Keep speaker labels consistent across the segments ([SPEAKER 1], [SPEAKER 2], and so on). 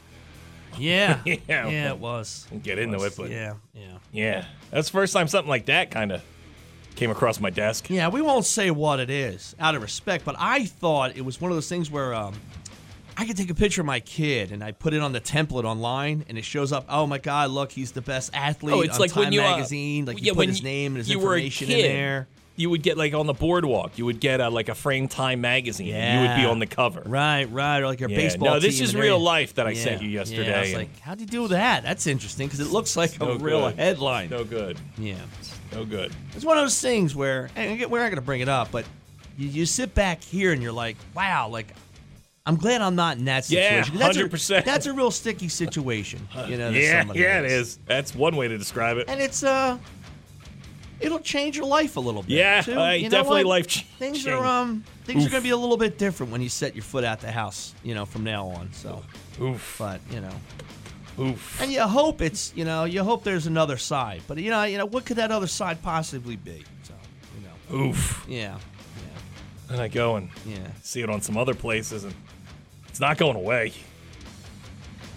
[SPEAKER 1] Yeah,
[SPEAKER 2] Yeah,
[SPEAKER 1] yeah,
[SPEAKER 2] well,
[SPEAKER 1] it was.
[SPEAKER 2] didn't get into
[SPEAKER 1] was.
[SPEAKER 2] it, but-
[SPEAKER 1] yeah, yeah,
[SPEAKER 2] Yeah. That's the first time something like that kind of came across my desk.
[SPEAKER 1] yeah. We won't say what it is out of respect, but I thought it was one of those things where um, I could take a picture of my kid and I put it on the template online, and it shows up. Oh my God, look, he's the best athlete.
[SPEAKER 2] Oh, it's
[SPEAKER 1] on
[SPEAKER 2] like
[SPEAKER 1] Time
[SPEAKER 2] when you uh,
[SPEAKER 1] magazine. like
[SPEAKER 2] yeah,
[SPEAKER 1] you put
[SPEAKER 2] when
[SPEAKER 1] his name and his
[SPEAKER 2] you were a
[SPEAKER 1] information in
[SPEAKER 2] kid,
[SPEAKER 1] there.
[SPEAKER 2] You would get like on the boardwalk. You would get uh, like a frame Time magazine. and You would be
[SPEAKER 1] Yeah.
[SPEAKER 2] on the cover.
[SPEAKER 1] Right, right. Or like your
[SPEAKER 2] Yeah,
[SPEAKER 1] baseball.
[SPEAKER 2] no, this
[SPEAKER 1] team
[SPEAKER 2] is
[SPEAKER 1] and they're-
[SPEAKER 2] real life that I sent you yesterday,
[SPEAKER 1] Yeah, I was
[SPEAKER 2] and-
[SPEAKER 1] like, how'd you do that? That's interesting because it looks like a
[SPEAKER 2] No
[SPEAKER 1] real
[SPEAKER 2] good.
[SPEAKER 1] headline.
[SPEAKER 2] No good.
[SPEAKER 1] Yeah.
[SPEAKER 2] No good.
[SPEAKER 1] It's one of those things where and again, we're not going to bring it up, but you, you sit back here and you're like, wow, like I'm glad I'm not in that situation.
[SPEAKER 2] Yeah,
[SPEAKER 1] 'Cause that's a-
[SPEAKER 2] 100%.
[SPEAKER 1] That's a real sticky situation. You know, that
[SPEAKER 2] yeah,
[SPEAKER 1] somebody
[SPEAKER 2] yeah, it is. That's one way to describe it.
[SPEAKER 1] And it's uh, it'll change your life a little bit.
[SPEAKER 2] Yeah,
[SPEAKER 1] too.
[SPEAKER 2] I-
[SPEAKER 1] You know
[SPEAKER 2] definitely
[SPEAKER 1] what?
[SPEAKER 2] life ch-
[SPEAKER 1] Things
[SPEAKER 2] change.
[SPEAKER 1] are um, things are
[SPEAKER 2] Oof.
[SPEAKER 1] going to be a little bit different when you set your foot out the house. You know, from now on. So,
[SPEAKER 2] Oof.
[SPEAKER 1] but you know,
[SPEAKER 2] Oof.
[SPEAKER 1] and you hope it's you know you hope there's another side, but you know you know what could that other side possibly be? So you know,
[SPEAKER 2] Oof.
[SPEAKER 1] yeah,
[SPEAKER 2] And I go and
[SPEAKER 1] yeah, yeah.
[SPEAKER 2] see it on some other places, and it's not going away.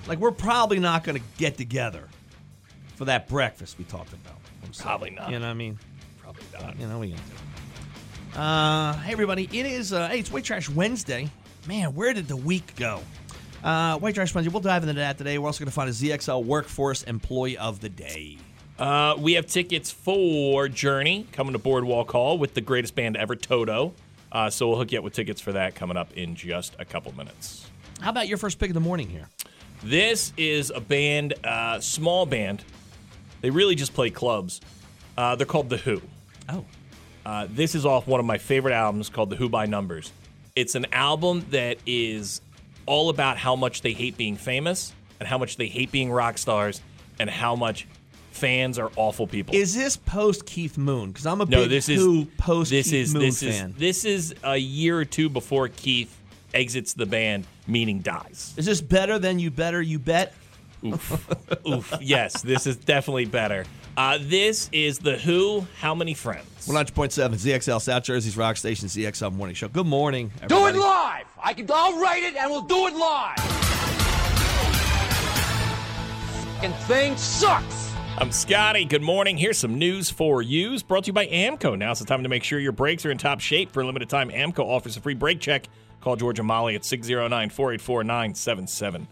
[SPEAKER 1] Like we're probably not going to get together for that breakfast we talked about. I'm sorry.
[SPEAKER 2] Probably not.
[SPEAKER 1] You know what I mean?
[SPEAKER 2] Probably not.
[SPEAKER 1] You know we can do. it. Uh, hey everybody, it is uh, hey it's White Trash Wednesday. Man, where did the week go? Uh, White Trash Wednesday. We'll dive into that today. We're also going to find a ZXL Workforce Employee of the Day.
[SPEAKER 2] Uh, we have tickets for Journey coming to Boardwalk Hall with the greatest band ever, Toto. Uh, so we'll hook you up with tickets for that coming up in just a couple minutes.
[SPEAKER 1] How about your first pick of the morning here?
[SPEAKER 2] This is a band, uh, small band. They really just play clubs. Uh, they're called The Who.
[SPEAKER 1] Oh,
[SPEAKER 2] Uh, this is off one of my favorite albums called The Who by Numbers. It's an album that is all about how much they hate being famous and how much they hate being rock stars and how much fans are awful people.
[SPEAKER 1] is this post Keith Moon? Because I'm a
[SPEAKER 2] No,
[SPEAKER 1] big
[SPEAKER 2] this
[SPEAKER 1] Who
[SPEAKER 2] is
[SPEAKER 1] post
[SPEAKER 2] this
[SPEAKER 1] Keith
[SPEAKER 2] is
[SPEAKER 1] Moon
[SPEAKER 2] this
[SPEAKER 1] fan.
[SPEAKER 2] is this is a year or two before Keith exits the band, meaning dies.
[SPEAKER 1] Is this better than you better you bet?
[SPEAKER 2] Oof, oof. Yes, this is definitely better. Uh, this is the Who. How many friends?
[SPEAKER 1] 100.7 ZXL South Jersey's Rock Station ZXL Morning Show. Good morning.
[SPEAKER 3] Do it
[SPEAKER 1] everybody.
[SPEAKER 3] live. I can. I'll write it, and we'll do it live. Fucking thing sucks.
[SPEAKER 2] I'm Scotty. Good morning. Here's some news for yous brought to you by Amco. Now's the time to make sure your brakes are in top shape. For a limited time, Amco offers a free brake check. Call Georgia Molly at 609 484 9770.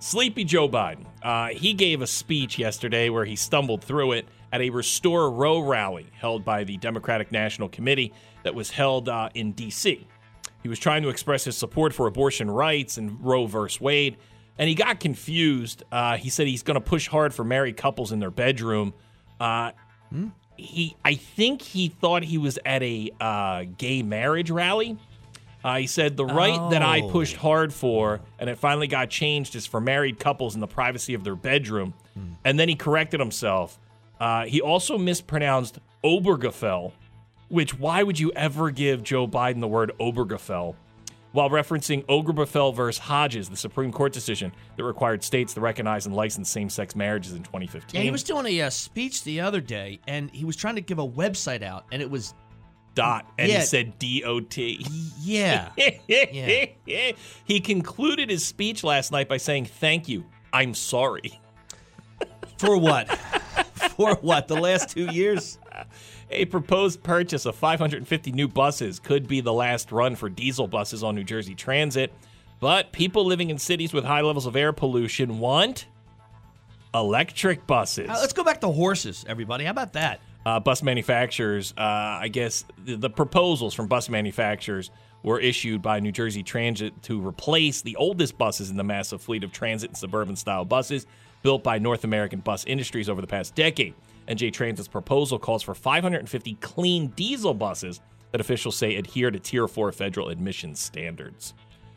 [SPEAKER 2] Sleepy Joe Biden. Uh, he gave a speech yesterday where he stumbled through it at a Restore Row rally held by the Democratic National Committee that was held uh, in D.C. He was trying to express his support for abortion rights and Roe versus Wade, and he got confused. Uh, he said he's going to push hard for married couples in their bedroom. Uh, He, I think he thought he was at a uh, gay marriage rally. Uh, he said the right that I
[SPEAKER 1] Oh.
[SPEAKER 2] pushed hard for, and it finally got changed, is for married couples in the privacy of their bedroom. And then he corrected himself. Uh, he also mispronounced Obergefell, which why would you ever give Joe Biden the word Obergefell? While referencing Obergefell versus Hodges, the Supreme Court decision that required states to recognize and license same-sex marriages in 2015.
[SPEAKER 1] Yeah, he was doing a uh, speech the other day, and he was trying to give a website out, and it was
[SPEAKER 2] dot, and
[SPEAKER 1] Yeah.
[SPEAKER 2] he said D-O-T.
[SPEAKER 1] yeah,
[SPEAKER 2] he concluded his speech last night by saying, "Thank you, I'm sorry."
[SPEAKER 1] for what? for what? The last two years?
[SPEAKER 2] A proposed purchase of 550 new buses could be the last run for diesel buses on New Jersey Transit, but people living in cities with high levels of air pollution want electric buses.
[SPEAKER 1] Uh, let's go back to horses, everybody. How about that?
[SPEAKER 2] uh, bus manufacturers, uh, I guess the, the proposals from bus manufacturers were issued by New Jersey Transit to replace the oldest buses in the massive fleet of transit and suburban style buses built by North American Bus Industries over the past decade. NJ Transit's proposal calls for 550 clean diesel buses that officials say adhere to Tier 4 federal admission standards.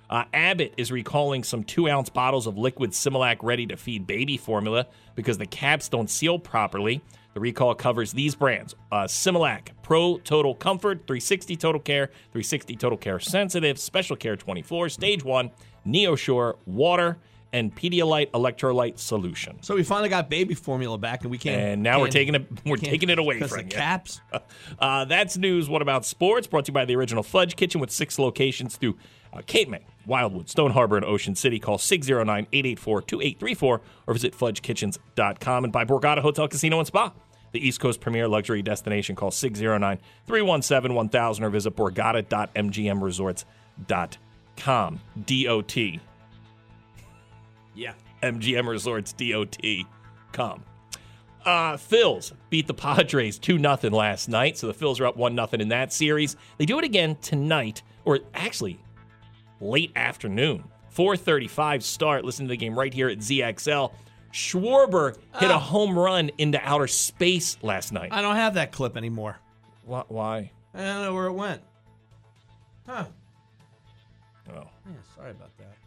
[SPEAKER 2] Uh, Abbott is recalling some two ounce bottles of liquid Similac ready to feed baby formula because the caps don't seal properly. The recall covers these brands uh, Similac, Pro Total Comfort, 360 Total Care, 360 Total Care Sensitive, Special Care 24, Stage 1, NeoSure, Water, and Pedialyte Electrolyte Solution.
[SPEAKER 1] So we finally got baby formula back, and we can't.
[SPEAKER 2] And now we're
[SPEAKER 1] can't-
[SPEAKER 2] taking it we're
[SPEAKER 1] can't-
[SPEAKER 2] taking it away
[SPEAKER 1] because
[SPEAKER 2] from
[SPEAKER 1] the
[SPEAKER 2] you.
[SPEAKER 1] caps.
[SPEAKER 2] Uh, that's news. What about sports? Brought to you by the original Fudge Kitchen with six locations through uh, Cape May, Wildwood, Stone Harbor, and Ocean City. Call 609 884 2834 or visit fudgekitchens.com and by Borgata Hotel, Casino, and Spa. The East Coast premier luxury destination. Call 609 317 1000 or visit borgata.mgmresorts.com. DOT. Yeah, MGM Resorts, DOT. Come. Uh, Phils beat the Padres 2 0 last night, so the Phils are up 1 0 in that series. They do it again tonight, or actually late afternoon. 4:35 start. Listen to the game right here at ZXL. Schwarber hit a home run into outer space last night.
[SPEAKER 1] Ah. I don't have that clip anymore.
[SPEAKER 2] Wh- Why?
[SPEAKER 1] I don't know where it went. Huh?
[SPEAKER 2] Oh,
[SPEAKER 1] Yeah, sorry about that.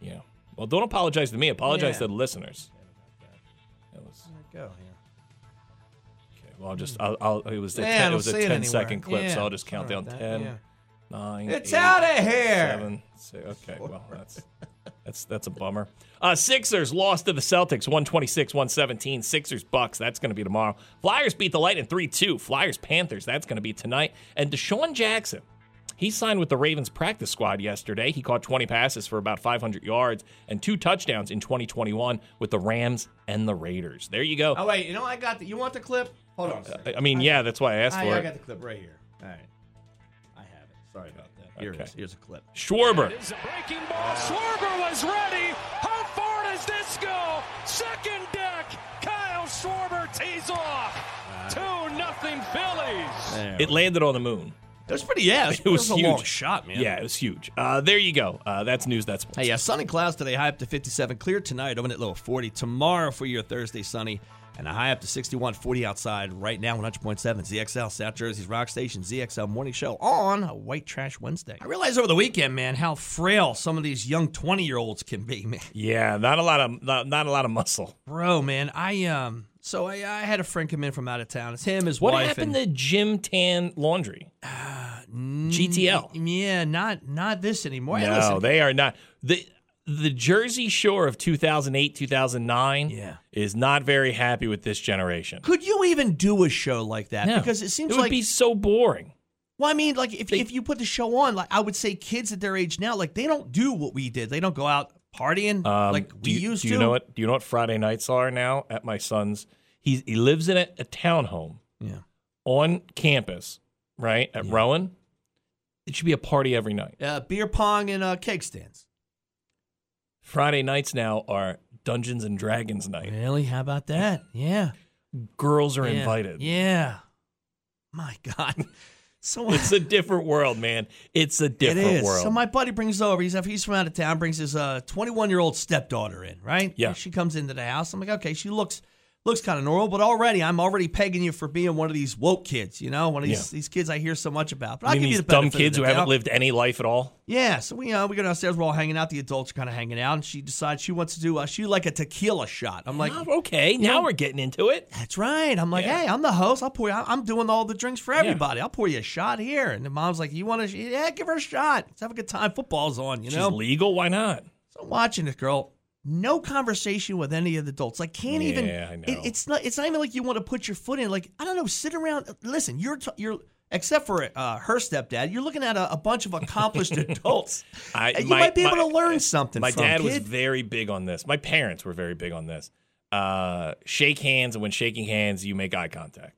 [SPEAKER 2] yeah. Well, don't apologize to me. Apologize
[SPEAKER 1] Yeah.
[SPEAKER 2] to the listeners. That was
[SPEAKER 1] Where'd it go here?
[SPEAKER 2] okay. Well, I'll just I'll, I'll it was a
[SPEAKER 1] Yeah, I
[SPEAKER 2] 10,
[SPEAKER 1] don't
[SPEAKER 2] it was a
[SPEAKER 1] see it
[SPEAKER 2] 10
[SPEAKER 1] anywhere.
[SPEAKER 2] second clip,
[SPEAKER 1] Yeah,
[SPEAKER 2] so I'll just count
[SPEAKER 1] sorry
[SPEAKER 2] down
[SPEAKER 1] about that,
[SPEAKER 2] 10.
[SPEAKER 1] yeah.
[SPEAKER 2] Nine.
[SPEAKER 1] It's
[SPEAKER 2] eight,
[SPEAKER 1] outta here.
[SPEAKER 2] Seven. Six, okay, well that's that's that's a bummer. Uh, Sixers lost to the Celtics, 126-117. Sixers Bucks. That's going to be tomorrow. Flyers beat the Lightning three two. Flyers Panthers. That's going to be tonight. And Deshaun Jackson. He signed with the Ravens practice squad yesterday. He caught 20 passes for about 500 yards and two touchdowns in 2021 with the Rams and the Raiders. There you go. Uh,
[SPEAKER 1] Oh wait, you know I got the. You want the clip? Hold on. A second.
[SPEAKER 2] I- I mean, yeah, that's why I asked
[SPEAKER 1] I,
[SPEAKER 2] for
[SPEAKER 1] I
[SPEAKER 2] it.
[SPEAKER 1] got the clip right here. All right. I have it. Sorry about that. Here it
[SPEAKER 2] Okay.
[SPEAKER 1] is. Here's a clip.
[SPEAKER 2] Schwarber.
[SPEAKER 4] It's a breaking ball. Schwarber was ready. How far does this go? Second deck. Kyle Schwarber tees off. Two nothing Phillies.
[SPEAKER 2] Uh, It landed on the moon.
[SPEAKER 1] It was pretty. Yeah, it was,
[SPEAKER 2] It was
[SPEAKER 1] a
[SPEAKER 2] huge.
[SPEAKER 1] long shot, man.
[SPEAKER 2] Yeah, it was huge. Uh, there you go. Uh, that's news. That's sports.
[SPEAKER 1] Hey, yeah, sun and clouds today, high up to 57. Clear tonight, overnight low of 40. Tomorrow for your Thursday, sunny, and a high up to 61, 40 outside. Right now, 100.7 ZXL, South Jersey's Rock Station, ZXL Morning Show on a White Trash Wednesday. I realized over the weekend, man, how frail some of these young 20 year olds can be, man.
[SPEAKER 2] Yeah, not a lot of not, not a lot of muscle.
[SPEAKER 1] Bro, man, I, um, so I, I had a friend come in from out of town. It's him, his
[SPEAKER 2] What
[SPEAKER 1] wife.
[SPEAKER 2] happened
[SPEAKER 1] and-
[SPEAKER 2] to Jim Tan Laundry? Uh, GTL.
[SPEAKER 1] Yeah, not not this anymore. Hey,
[SPEAKER 2] No,
[SPEAKER 1] listen,
[SPEAKER 2] they are not the the Jersey Shore of 2008 2009.
[SPEAKER 1] Yeah.
[SPEAKER 2] is not very happy with this generation.
[SPEAKER 1] could you even do a show like that?
[SPEAKER 2] No.
[SPEAKER 1] Because it seems
[SPEAKER 2] it would
[SPEAKER 1] like
[SPEAKER 2] be so boring.
[SPEAKER 1] Well, I mean, like if, if you put the show on, like I would say, kids at their age now, like they don't do what we did. They don't go out partying
[SPEAKER 2] Um,
[SPEAKER 1] like
[SPEAKER 2] do
[SPEAKER 1] we
[SPEAKER 2] you,
[SPEAKER 1] used
[SPEAKER 2] do
[SPEAKER 1] to.
[SPEAKER 2] you know what? Do you know what Friday nights are now at my son's? He's, he lives in a, a townhome
[SPEAKER 1] Yeah.
[SPEAKER 2] on campus, right at Rowan. It should be a party every night.
[SPEAKER 1] Uh, beer pong and uh, keg stands.
[SPEAKER 2] Friday nights now are Dungeons and Dragons night.
[SPEAKER 1] Really? How about that? Yeah.
[SPEAKER 2] Girls are
[SPEAKER 1] Yeah.
[SPEAKER 2] invited.
[SPEAKER 1] Yeah. My God. Someone.
[SPEAKER 2] It's a different world, man. It's a
[SPEAKER 1] It
[SPEAKER 2] different
[SPEAKER 1] is.
[SPEAKER 2] world.
[SPEAKER 1] So my buddy brings over. He's he's from out of town. Brings his uh 21 year old stepdaughter in. Right.
[SPEAKER 2] Yeah.
[SPEAKER 1] She comes into the house. I'm like, okay, she looks looks kind of normal, but already I'm already pegging you for being one of these woke kids. You know, one of these
[SPEAKER 2] Yeah.
[SPEAKER 1] these kids I hear so much about. But
[SPEAKER 2] I
[SPEAKER 1] I'll
[SPEAKER 2] mean,
[SPEAKER 1] give you
[SPEAKER 2] these
[SPEAKER 1] the
[SPEAKER 2] dumb
[SPEAKER 1] benefit of
[SPEAKER 2] kids
[SPEAKER 1] the
[SPEAKER 2] who haven't
[SPEAKER 1] doubt.
[SPEAKER 2] lived any life at all.
[SPEAKER 1] Yeah, so we uh, we go downstairs. We're all hanging out. The adults are kind of hanging out, and she decides she wants to do uh, she like a tequila shot. I'm like,
[SPEAKER 2] Oh, okay, now we're getting into it.
[SPEAKER 1] that's right. I'm like,
[SPEAKER 2] Yeah.
[SPEAKER 1] hey, I'm the host. I'll pour. You, I- I'm doing all the drinks for everybody. I'll pour you a shot here. And the mom's like, you want to? Yeah, give her a shot. Let's have a good time. Football's on, you
[SPEAKER 2] She's
[SPEAKER 1] know.
[SPEAKER 2] legal. Why not?
[SPEAKER 1] so I'm watching this girl. No conversation with any of the adults. Like, can't even.
[SPEAKER 2] Yeah, I know.
[SPEAKER 1] it- it's not. It's not even like you want to put your foot in. Like, I don't know. Sit around. Listen, you're t- you're. Except for uh, her stepdad, you're looking at a, a bunch of accomplished adults.
[SPEAKER 2] I,
[SPEAKER 1] And you
[SPEAKER 2] my-
[SPEAKER 1] might be able
[SPEAKER 2] my- uh,
[SPEAKER 1] to learn something.
[SPEAKER 2] My
[SPEAKER 1] from,
[SPEAKER 2] dad was
[SPEAKER 1] kid.
[SPEAKER 2] very big on this. My parents were very big on this. Uh, shake hands, and when shaking hands, you make eye contact.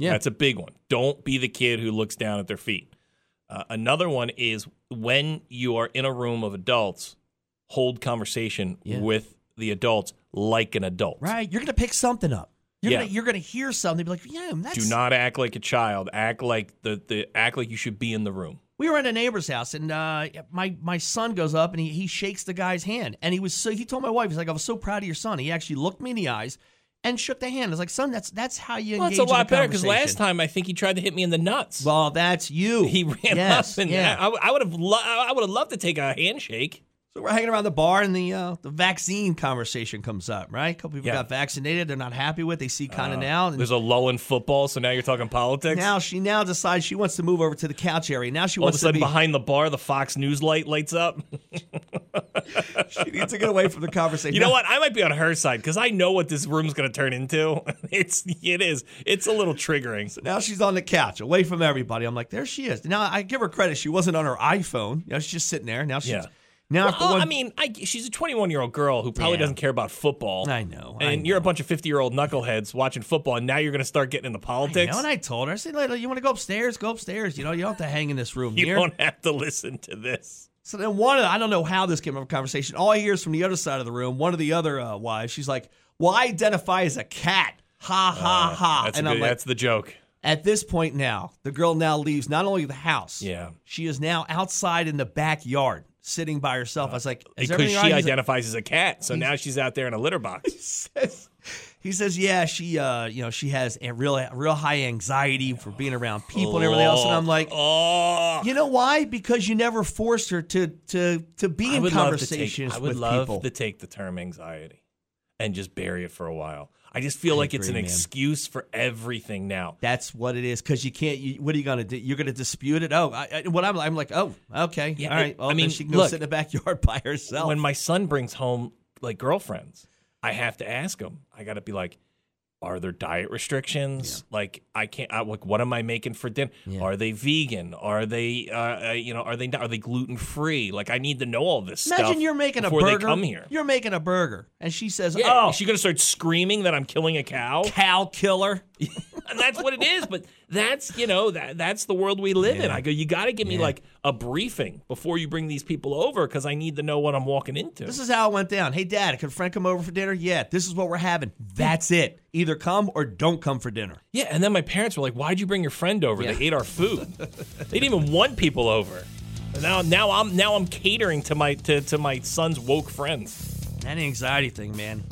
[SPEAKER 1] Yeah.
[SPEAKER 2] that's a big one. Don't be the kid who looks down at their feet. Uh, another one is when you are in a room of adults, hold conversation
[SPEAKER 1] Yeah.
[SPEAKER 2] with the adults like an adult.
[SPEAKER 1] Right? You're going to pick something up. You're
[SPEAKER 2] Yeah.
[SPEAKER 1] gonna you're gonna hear something be like, yeah, that's
[SPEAKER 2] Do not act like a child. Act like the, the act like you should be in the room.
[SPEAKER 1] we were at a neighbor's house and uh, my my son goes up and he, he shakes the guy's hand and he was so he told my wife he's like I was so proud of your son he actually looked me in the eyes and shook the hand it's like son that's that's how you
[SPEAKER 2] Well,
[SPEAKER 1] engage
[SPEAKER 2] that's a
[SPEAKER 1] in
[SPEAKER 2] lot better because
[SPEAKER 1] conversation."
[SPEAKER 2] last time I think he tried to hit me in the nuts.
[SPEAKER 1] well that's you
[SPEAKER 2] he ran
[SPEAKER 1] Yes,
[SPEAKER 2] up and
[SPEAKER 1] yeah.
[SPEAKER 2] I, I would have lo- I would have loved to take a handshake.
[SPEAKER 1] So we're hanging around the bar, and the uh, the vaccine conversation comes up. Right, a couple people
[SPEAKER 2] Yeah. Uh,
[SPEAKER 1] got vaccinated; they're not happy with. They see kind of now, and
[SPEAKER 2] There's a lull in football, so now you're talking politics.
[SPEAKER 1] now she now decides she wants to move over to the couch area. Now she
[SPEAKER 2] All of a
[SPEAKER 1] wants to
[SPEAKER 2] sudden,
[SPEAKER 1] be
[SPEAKER 2] behind the bar, the Fox News light lights up.
[SPEAKER 1] she needs to get away from the conversation.
[SPEAKER 2] You know what? I might be on her side because I know what this room's going to turn into. It's it is. It's a little triggering.
[SPEAKER 1] Now she's on the couch, away from everybody. I'm like, there she is. Now I give her credit; she wasn't on her iPhone. You know, she's just sitting there. Now she's
[SPEAKER 2] Yeah.
[SPEAKER 1] now
[SPEAKER 2] Well,
[SPEAKER 1] after one.
[SPEAKER 2] I mean, I, she's a 21 year old girl who probably
[SPEAKER 1] Yeah.
[SPEAKER 2] doesn't care about football.
[SPEAKER 1] I know, I
[SPEAKER 2] And you're a bunch of 50 year old knuckleheads watching football, and now you're going to start getting into
[SPEAKER 1] you
[SPEAKER 2] politics.
[SPEAKER 1] know, and I told her, I said, "Look, you want to go upstairs? Go upstairs. You know, you don't have to hang in this room
[SPEAKER 2] you
[SPEAKER 1] here.
[SPEAKER 2] don't have to listen to this.
[SPEAKER 1] So then one of the, I don't know how this came up in conversation. All I hear is from the other side of the room, one of the other uh, wives, she's like, Well, I identify as a cat. Ha ha ha.
[SPEAKER 2] Uh,
[SPEAKER 1] Ah,
[SPEAKER 2] That's, a
[SPEAKER 1] and
[SPEAKER 2] good,
[SPEAKER 1] I'm like,
[SPEAKER 2] that's the joke.
[SPEAKER 1] at this point now, the girl now leaves not only the house,
[SPEAKER 2] Yeah.
[SPEAKER 1] she is now outside in the backyard, sitting by herself. I was like, is
[SPEAKER 2] Because
[SPEAKER 1] everything
[SPEAKER 2] she
[SPEAKER 1] all right? He's like-
[SPEAKER 2] identifies as a cat, so now she's out there in a litter box.
[SPEAKER 1] says- he says, "Yeah, she, uh, you know, she has a real, real high anxiety for being around people and everything else." And I'm like,
[SPEAKER 2] oh.
[SPEAKER 1] "You know why? Because you never forced her to to to be
[SPEAKER 2] I
[SPEAKER 1] in
[SPEAKER 2] would love to take,
[SPEAKER 1] conversations
[SPEAKER 2] I would
[SPEAKER 1] with
[SPEAKER 2] love
[SPEAKER 1] people."
[SPEAKER 2] to take the term anxiety and just bury it for a while. I just feel like it's an
[SPEAKER 1] agree, man.
[SPEAKER 2] excuse for everything now.
[SPEAKER 1] That's what it is. Because you can't. You, what are you gonna do? You're gonna dispute it? Oh, I, I, what I'm, I'm like, oh, okay,
[SPEAKER 2] Yeah,
[SPEAKER 1] all right.
[SPEAKER 2] it-
[SPEAKER 1] well,
[SPEAKER 2] I
[SPEAKER 1] I mean,
[SPEAKER 2] mean,
[SPEAKER 1] she can go
[SPEAKER 2] look.
[SPEAKER 1] sit in the backyard by herself.
[SPEAKER 2] when my son brings home like girlfriends, I have to ask him. I got to be like, are there diet restrictions? Like, I can't. I, like, what am I making for dinner? Are they vegan? Are they, uh, uh, you know, are they not, are they gluten free? Like, I need to know all this stuff.
[SPEAKER 1] Imagine you're making a
[SPEAKER 2] before
[SPEAKER 1] burger.
[SPEAKER 2] They come here.
[SPEAKER 1] You're making a burger, and she says,
[SPEAKER 2] Yeah,
[SPEAKER 1] "Oh,
[SPEAKER 2] is she gonna start screaming that I'm killing a cow?
[SPEAKER 1] cow killer."
[SPEAKER 2] and that's what it is. But that's you know that that's the world we live in. I go, you got to give me like a briefing before you bring these people over because I need to know what I'm walking into.
[SPEAKER 1] This is how it went down. Hey, Dad, can Frank come over for dinner? Yeah, this is what we're having. That's it. Either come or don't come for dinner.
[SPEAKER 2] yeah, and then my parents were like, "Why'd you bring your friend over? They ate our food. they didn't even want people over." And now, now I'm now I'm catering to my to, to my son's woke friends.
[SPEAKER 1] That anxiety thing, man.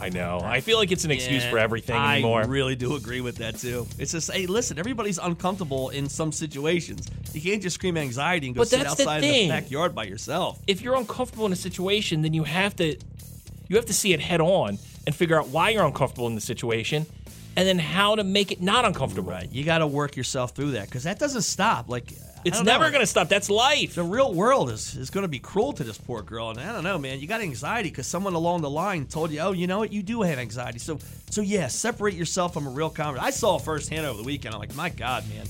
[SPEAKER 2] I know. I feel like it's an excuse
[SPEAKER 1] Yeah,
[SPEAKER 2] for everything anymore.
[SPEAKER 1] I really do agree with that too. It's just, hey, listen, everybody's uncomfortable in some situations. You can't just scream anxiety and go
[SPEAKER 2] But
[SPEAKER 1] sit
[SPEAKER 2] that's the
[SPEAKER 1] outside in
[SPEAKER 2] thing.
[SPEAKER 1] the backyard by yourself.
[SPEAKER 2] if you're uncomfortable in a situation, then you have to you have to see it head on and figure out why you're uncomfortable in the situation and then how to make it not uncomfortable.
[SPEAKER 1] Right. You got to work yourself through that because that doesn't stop. Like I
[SPEAKER 2] It's
[SPEAKER 1] don't
[SPEAKER 2] never
[SPEAKER 1] know.
[SPEAKER 2] going to stop. That's life.
[SPEAKER 1] The real world is, is going to be cruel to this poor girl, and I don't know, man. You got anxiety because someone along the line told you, "Oh, you know what? You do have anxiety." So, so yeah, separate yourself from a real conversation. I saw it firsthand over the weekend. I'm like, my God, man.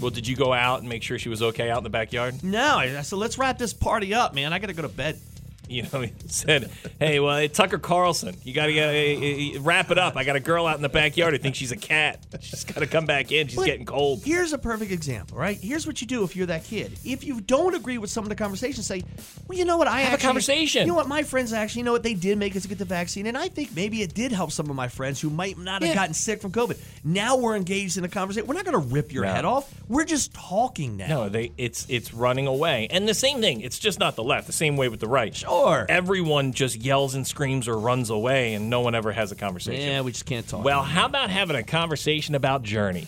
[SPEAKER 2] Well, did you go out and make sure she was okay out in the backyard?
[SPEAKER 1] No, I, I said, let's wrap this party up, man. I got to go to bed.
[SPEAKER 2] You know, he said, "Hey, well, hey, Tucker Carlson, you got to uh, uh, wrap it up. I got a girl out in the backyard who thinks she's a cat. She's got to come back in. She's
[SPEAKER 1] But
[SPEAKER 2] getting cold."
[SPEAKER 1] Here's a perfect example, right? Here's what you do if you're that kid. If you don't agree with some of the conversation, say, well, you know what? I
[SPEAKER 2] Have a
[SPEAKER 1] actually-
[SPEAKER 2] conversation.
[SPEAKER 1] You know what? My friends actually, you know what they did make us get the vaccine, and I think maybe it did help some of my friends who might not have
[SPEAKER 2] Yeah.
[SPEAKER 1] gotten sick from COVID. Now we're engaged in a conversation. We're not going to rip your
[SPEAKER 2] No.
[SPEAKER 1] head off. We're just talking now.
[SPEAKER 2] No, they it's it's running away. And the same thing, it's just not the left, the same way with the right.
[SPEAKER 1] Sure.
[SPEAKER 2] Everyone just yells and screams or runs away and no one ever has a conversation.
[SPEAKER 1] Yeah, we just can't talk.
[SPEAKER 2] Well, how about having a conversation about Journey?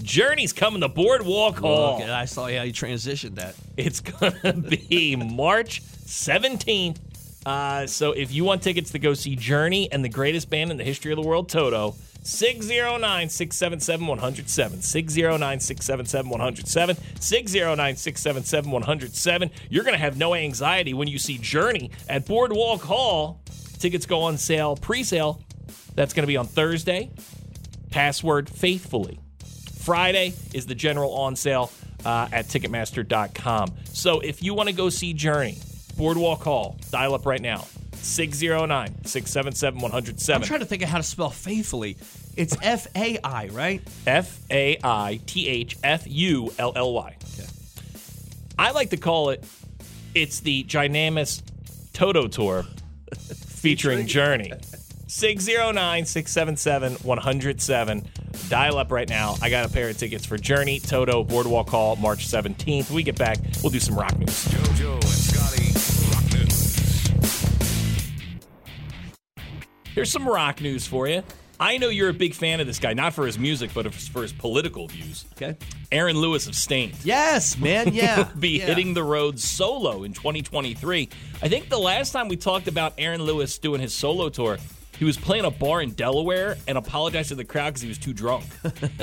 [SPEAKER 2] Journey's coming to Boardwalk Hall.
[SPEAKER 1] Look, I saw how you transitioned that.
[SPEAKER 2] It's gonna be March 17th. Uh, so if you want tickets to go see Journey and the greatest band in the history of the world, Toto, 609 677 107. 609 677 107. 609 677 107. You're going to have no anxiety when you see Journey at Boardwalk Hall. Tickets go on sale, pre sale. That's going to be on Thursday. Password faithfully. Friday is the general on sale uh, at Ticketmaster.com. So if you want to go see Journey, Boardwalk Hall, dial up right now 609 677
[SPEAKER 1] I'm
[SPEAKER 2] 107.
[SPEAKER 1] trying to think of how to spell faithfully. It's F A I, right?
[SPEAKER 2] F A I T H F U L L Y. I like to call it, it's the Dynamis Toto Tour featuring Journey. 609 677 107. Dial up right now. I got a pair of tickets for Journey, Toto, Boardwalk Hall, March 17th. We get back, we'll do some rock news.
[SPEAKER 5] JoJo and Scotty Rock News.
[SPEAKER 2] Here's some rock news for you. I know you're a big fan of this guy, not for his music, but for his political views.
[SPEAKER 1] Okay.
[SPEAKER 2] Aaron Lewis of Stained.
[SPEAKER 1] Yes, man. Yeah.
[SPEAKER 2] be
[SPEAKER 1] yeah.
[SPEAKER 2] hitting the road solo in 2023. I think the last time we talked about Aaron Lewis doing his solo tour, he was playing a bar in Delaware and apologized to the crowd because he was too drunk.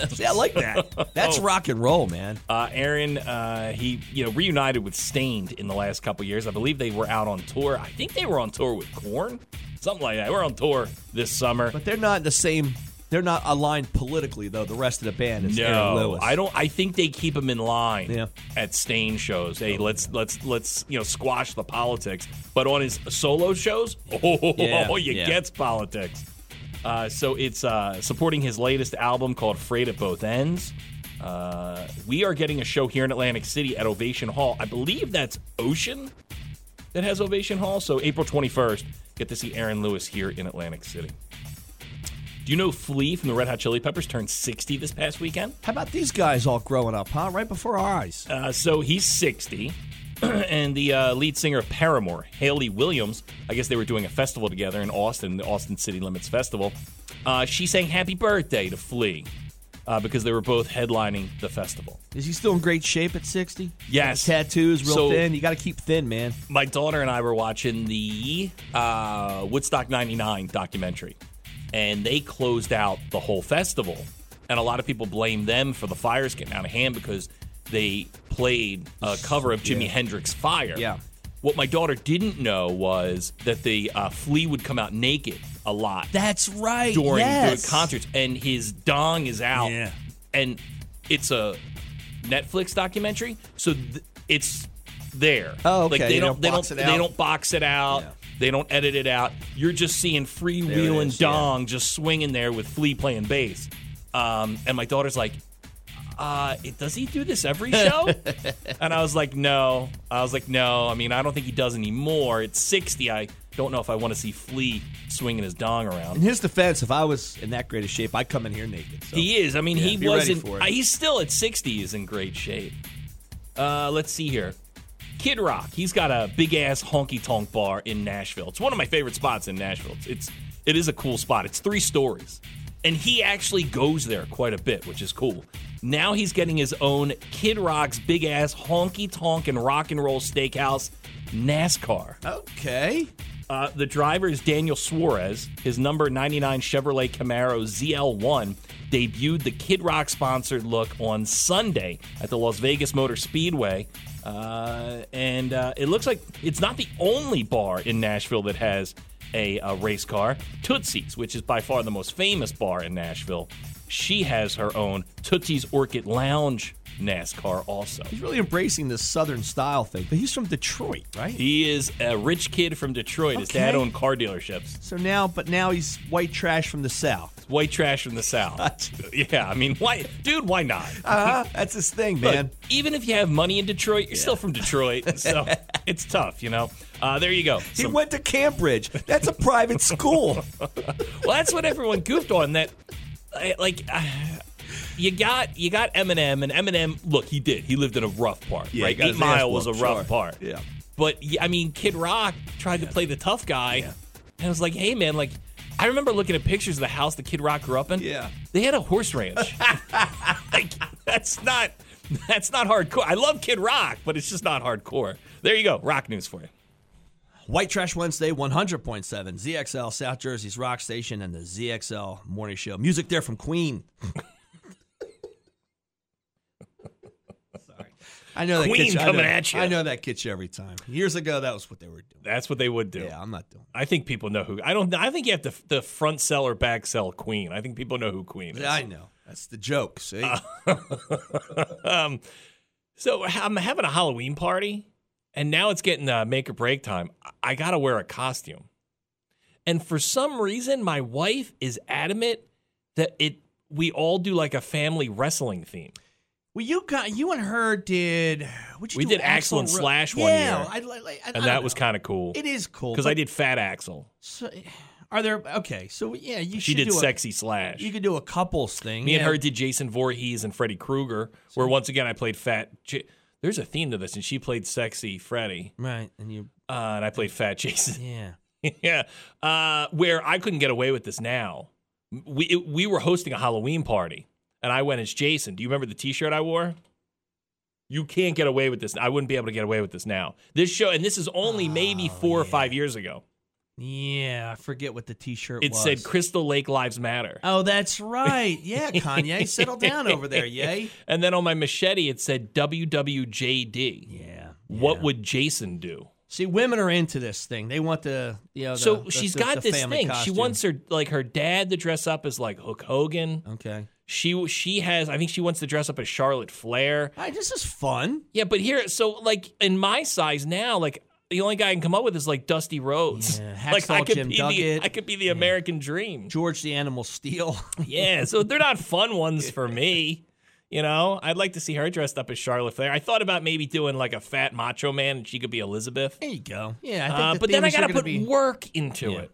[SPEAKER 1] See, I like that. That's rock and roll, man.
[SPEAKER 2] Uh, Aaron, uh, he you know reunited with Stained in the last couple years. I believe they were out on tour. I think they were on tour with Corn, something like that. We're on tour this summer.
[SPEAKER 1] But they're not the same. They're not aligned politically, though. The rest of the band is Aaron Lewis.
[SPEAKER 2] I don't. I think they keep him in line
[SPEAKER 1] Yeah.
[SPEAKER 2] at Stain shows. Hey, let's let's let's you know squash the politics. But on his solo shows, oh,
[SPEAKER 1] Yeah,
[SPEAKER 2] you
[SPEAKER 1] yeah.
[SPEAKER 2] gets politics. Uh, so it's uh, supporting his latest album called "Freight at Both Ends." Uh, we are getting a show here in Atlantic City at Ovation Hall. I believe that's Ocean that has Ovation Hall. So April 21st, get to see Aaron Lewis here in Atlantic City. Do you know Flea from the Red Hot Chili Peppers turned 60 this past weekend?
[SPEAKER 1] How about these guys all growing up, huh? Right before our eyes.
[SPEAKER 2] Uh, so he's 60. and the uh, lead singer of Paramore, Haley Williams, I guess they were doing a festival together in Austin, the Austin City Limits Festival. Uh, she sang Happy Birthday to Flea uh, because they were both headlining the festival.
[SPEAKER 1] Is he still in great shape at 60?
[SPEAKER 2] Yes.
[SPEAKER 1] Tattoos, real
[SPEAKER 2] So-
[SPEAKER 1] thin. You got to keep thin, man.
[SPEAKER 2] My daughter and I were watching the uh, Woodstock 99 documentary, and they closed out the whole festival. And a lot of people blame them for the fires getting out of hand because they played a cover of Jimi Hendrix Fire.
[SPEAKER 1] Yeah.
[SPEAKER 2] What my daughter didn't know was that the uh, flea would come out naked a lot
[SPEAKER 1] That's right.
[SPEAKER 2] during
[SPEAKER 1] yes.
[SPEAKER 2] the concerts, and his dong is out.
[SPEAKER 1] Yeah.
[SPEAKER 2] And it's a Netflix documentary, so th- it's there.
[SPEAKER 1] Oh,
[SPEAKER 2] Like
[SPEAKER 1] okay.
[SPEAKER 2] they
[SPEAKER 1] They
[SPEAKER 2] don't,
[SPEAKER 1] don't
[SPEAKER 2] they
[SPEAKER 1] box
[SPEAKER 2] don't
[SPEAKER 1] it
[SPEAKER 2] they
[SPEAKER 1] out.
[SPEAKER 2] don't box it out.
[SPEAKER 1] Yeah.
[SPEAKER 2] They don't edit it out. You're just seeing freewheeling
[SPEAKER 1] is, yeah.
[SPEAKER 2] dong just swinging there with Flea playing bass. Um, and my daughter's like. Uh, it, does he do this every show? and I was like, no. I was like, no. I mean, I don't think he does anymore. It's 60. I don't know if I want to see Flea swinging his dong around.
[SPEAKER 1] In his defense, if I was in that great of shape, I'd come in here naked. So.
[SPEAKER 2] He is. I mean, he
[SPEAKER 1] be ready
[SPEAKER 2] wasn't.
[SPEAKER 1] for it.
[SPEAKER 2] uh, He's still at 60. Is in great shape. Uh, let's see here. Kid Rock. He's got a big ass honky tonk bar in Nashville. It's one of my favorite spots in Nashville. It's, it's it is a cool spot. It's three stories, and he actually goes there quite a bit, which is cool. Now he's getting his own Kid Rock's big ass honky tonk and rock and roll steakhouse, NASCAR.
[SPEAKER 1] Okay.
[SPEAKER 2] Uh, the driver is Daniel Suarez. His number 99 Chevrolet Camaro ZL1 debuted the Kid Rock sponsored look on Sunday at the Las Vegas Motor Speedway. Uh, and uh, it looks like it's not the only bar in Nashville that has a, a race car. Tootsie's, which is by far the most famous bar in Nashville, she has her own Tootsie's Orchid Lounge NASCAR also.
[SPEAKER 1] He's really embracing this Southern style thing, but he's from Detroit, right?
[SPEAKER 2] He is a rich kid from Detroit. His
[SPEAKER 1] Okay.
[SPEAKER 2] dad owned car dealerships.
[SPEAKER 1] so now, but now he's white trash from the South.
[SPEAKER 2] White trash from the South. yeah, I mean, why, dude? Why not?
[SPEAKER 1] Uh-huh. That's his thing,
[SPEAKER 2] Look,
[SPEAKER 1] man.
[SPEAKER 2] even if you have money in Detroit, you're still from Detroit, so it's tough, you know. Uh, there you go.
[SPEAKER 1] he
[SPEAKER 2] Some-
[SPEAKER 1] went to Cambridge. That's a private school.
[SPEAKER 2] well, that's what everyone goofed on. That, I- like, uh, you got you got Eminem, and Eminem. Look, he did. He lived in a rough part.
[SPEAKER 1] Yeah, he
[SPEAKER 2] right?
[SPEAKER 1] got
[SPEAKER 2] Eight
[SPEAKER 1] his ass
[SPEAKER 2] Mile was a
[SPEAKER 1] whooped,
[SPEAKER 2] rough
[SPEAKER 1] sure.
[SPEAKER 2] part.
[SPEAKER 1] Yeah.
[SPEAKER 2] But yeah, I mean, Kid Rock tried to play the tough guy, and I was like, hey man, like. I remember looking at pictures of the house that Kid Rock grew up in.
[SPEAKER 1] Yeah.
[SPEAKER 2] They had a horse ranch. like that's not that's not hardcore. I love Kid Rock, but it's just not hardcore. There you go. Rock news for you.
[SPEAKER 1] White Trash Wednesday, 100.7, ZXL, South Jersey's Rock Station, and the ZXL Morning Show. Music there from Queen. Sorry. I know that
[SPEAKER 2] Queen
[SPEAKER 1] gets you- I
[SPEAKER 2] coming
[SPEAKER 1] know-
[SPEAKER 2] at you.
[SPEAKER 1] I know that gets you every time. Years ago, that was what they were doing.
[SPEAKER 2] That's what they would do.
[SPEAKER 1] Yeah, I'm not doing
[SPEAKER 2] I think people know who. I don't. I think you have to the front sell or back sell Queen. I think people know who Queen is.
[SPEAKER 1] it. I know. That's the joke, see?
[SPEAKER 2] Uh. um, so I'm having a Halloween party, and now it's getting uh, make or break time. I- I gotta wear a costume, and for some reason, my wife is adamant that it we all do like a family wrestling theme.
[SPEAKER 1] Well, you got you and her did. What'd you
[SPEAKER 2] We
[SPEAKER 1] do
[SPEAKER 2] did
[SPEAKER 1] with
[SPEAKER 2] Axel and
[SPEAKER 1] Ro-
[SPEAKER 2] Slash one
[SPEAKER 1] yeah,
[SPEAKER 2] year.
[SPEAKER 1] I, I- I- I
[SPEAKER 2] and
[SPEAKER 1] don't
[SPEAKER 2] that was
[SPEAKER 1] know.
[SPEAKER 2] kind of cool.
[SPEAKER 1] It is cool
[SPEAKER 2] because I
[SPEAKER 1] but-
[SPEAKER 2] did Fat Axel.
[SPEAKER 1] So, are there okay? So yeah, you
[SPEAKER 2] She
[SPEAKER 1] should
[SPEAKER 2] did
[SPEAKER 1] do a-
[SPEAKER 2] Sexy Slash.
[SPEAKER 1] You could do a couples thing.
[SPEAKER 2] Me and
[SPEAKER 1] yeah.
[SPEAKER 2] her did Jason Voorhees and Freddy Krueger. Where once again I played Fat. J- There's a theme to this, and she played Sexy Freddy,
[SPEAKER 1] right, and you
[SPEAKER 2] uh, and I played Fat Jason.
[SPEAKER 1] yeah.
[SPEAKER 2] yeah, uh, where I couldn't get away with this now. We it, we were hosting a Halloween party, and I went as Jason. Do you remember the T-shirt I wore? You can't get away with this. I wouldn't be able to get away with this now. This show, and this is only maybe
[SPEAKER 1] Oh,
[SPEAKER 2] four or five years ago.
[SPEAKER 1] Yeah, I forget what the T-shirt
[SPEAKER 2] It
[SPEAKER 1] was.
[SPEAKER 2] said Crystal Lake Lives Matter,
[SPEAKER 1] "Oh, that's right. Yeah, Kanye, settle down over there, yay."
[SPEAKER 2] and then on my machete it said WWJD.
[SPEAKER 1] Yeah.
[SPEAKER 2] What would Jason do?
[SPEAKER 1] See, women are into this thing. They want the you know. Oh, The,
[SPEAKER 2] so
[SPEAKER 1] the-
[SPEAKER 2] she's
[SPEAKER 1] the-
[SPEAKER 2] got
[SPEAKER 1] the
[SPEAKER 2] this
[SPEAKER 1] family
[SPEAKER 2] thing. She
[SPEAKER 1] costume.
[SPEAKER 2] wants her like her dad to dress up as like Hook Hogan.
[SPEAKER 1] Okay.
[SPEAKER 2] She she has I think she wants to dress up as Charlotte Flair.
[SPEAKER 1] Hi, this is fun.
[SPEAKER 2] Yeah, but here so like in my size now, like the only guy I can come up with is like Dusty Rhodes.
[SPEAKER 1] Yeah,
[SPEAKER 2] like I
[SPEAKER 1] Hacksaw
[SPEAKER 2] could
[SPEAKER 1] Jim
[SPEAKER 2] be
[SPEAKER 1] Duggett.
[SPEAKER 2] the I could be the American dream.
[SPEAKER 1] George the Animal Steel.
[SPEAKER 2] Yeah, so they're not fun ones for me. You know, I'd like to see her dressed up as Charlotte Flair. I thought about maybe doing like a fat macho man and she could be Elizabeth.
[SPEAKER 1] there you go. Yeah, I think
[SPEAKER 2] Uh,
[SPEAKER 1] the
[SPEAKER 2] but then I
[SPEAKER 1] themes are
[SPEAKER 2] got to
[SPEAKER 1] gonna
[SPEAKER 2] put
[SPEAKER 1] be-
[SPEAKER 2] work into
[SPEAKER 1] Yeah.
[SPEAKER 2] it.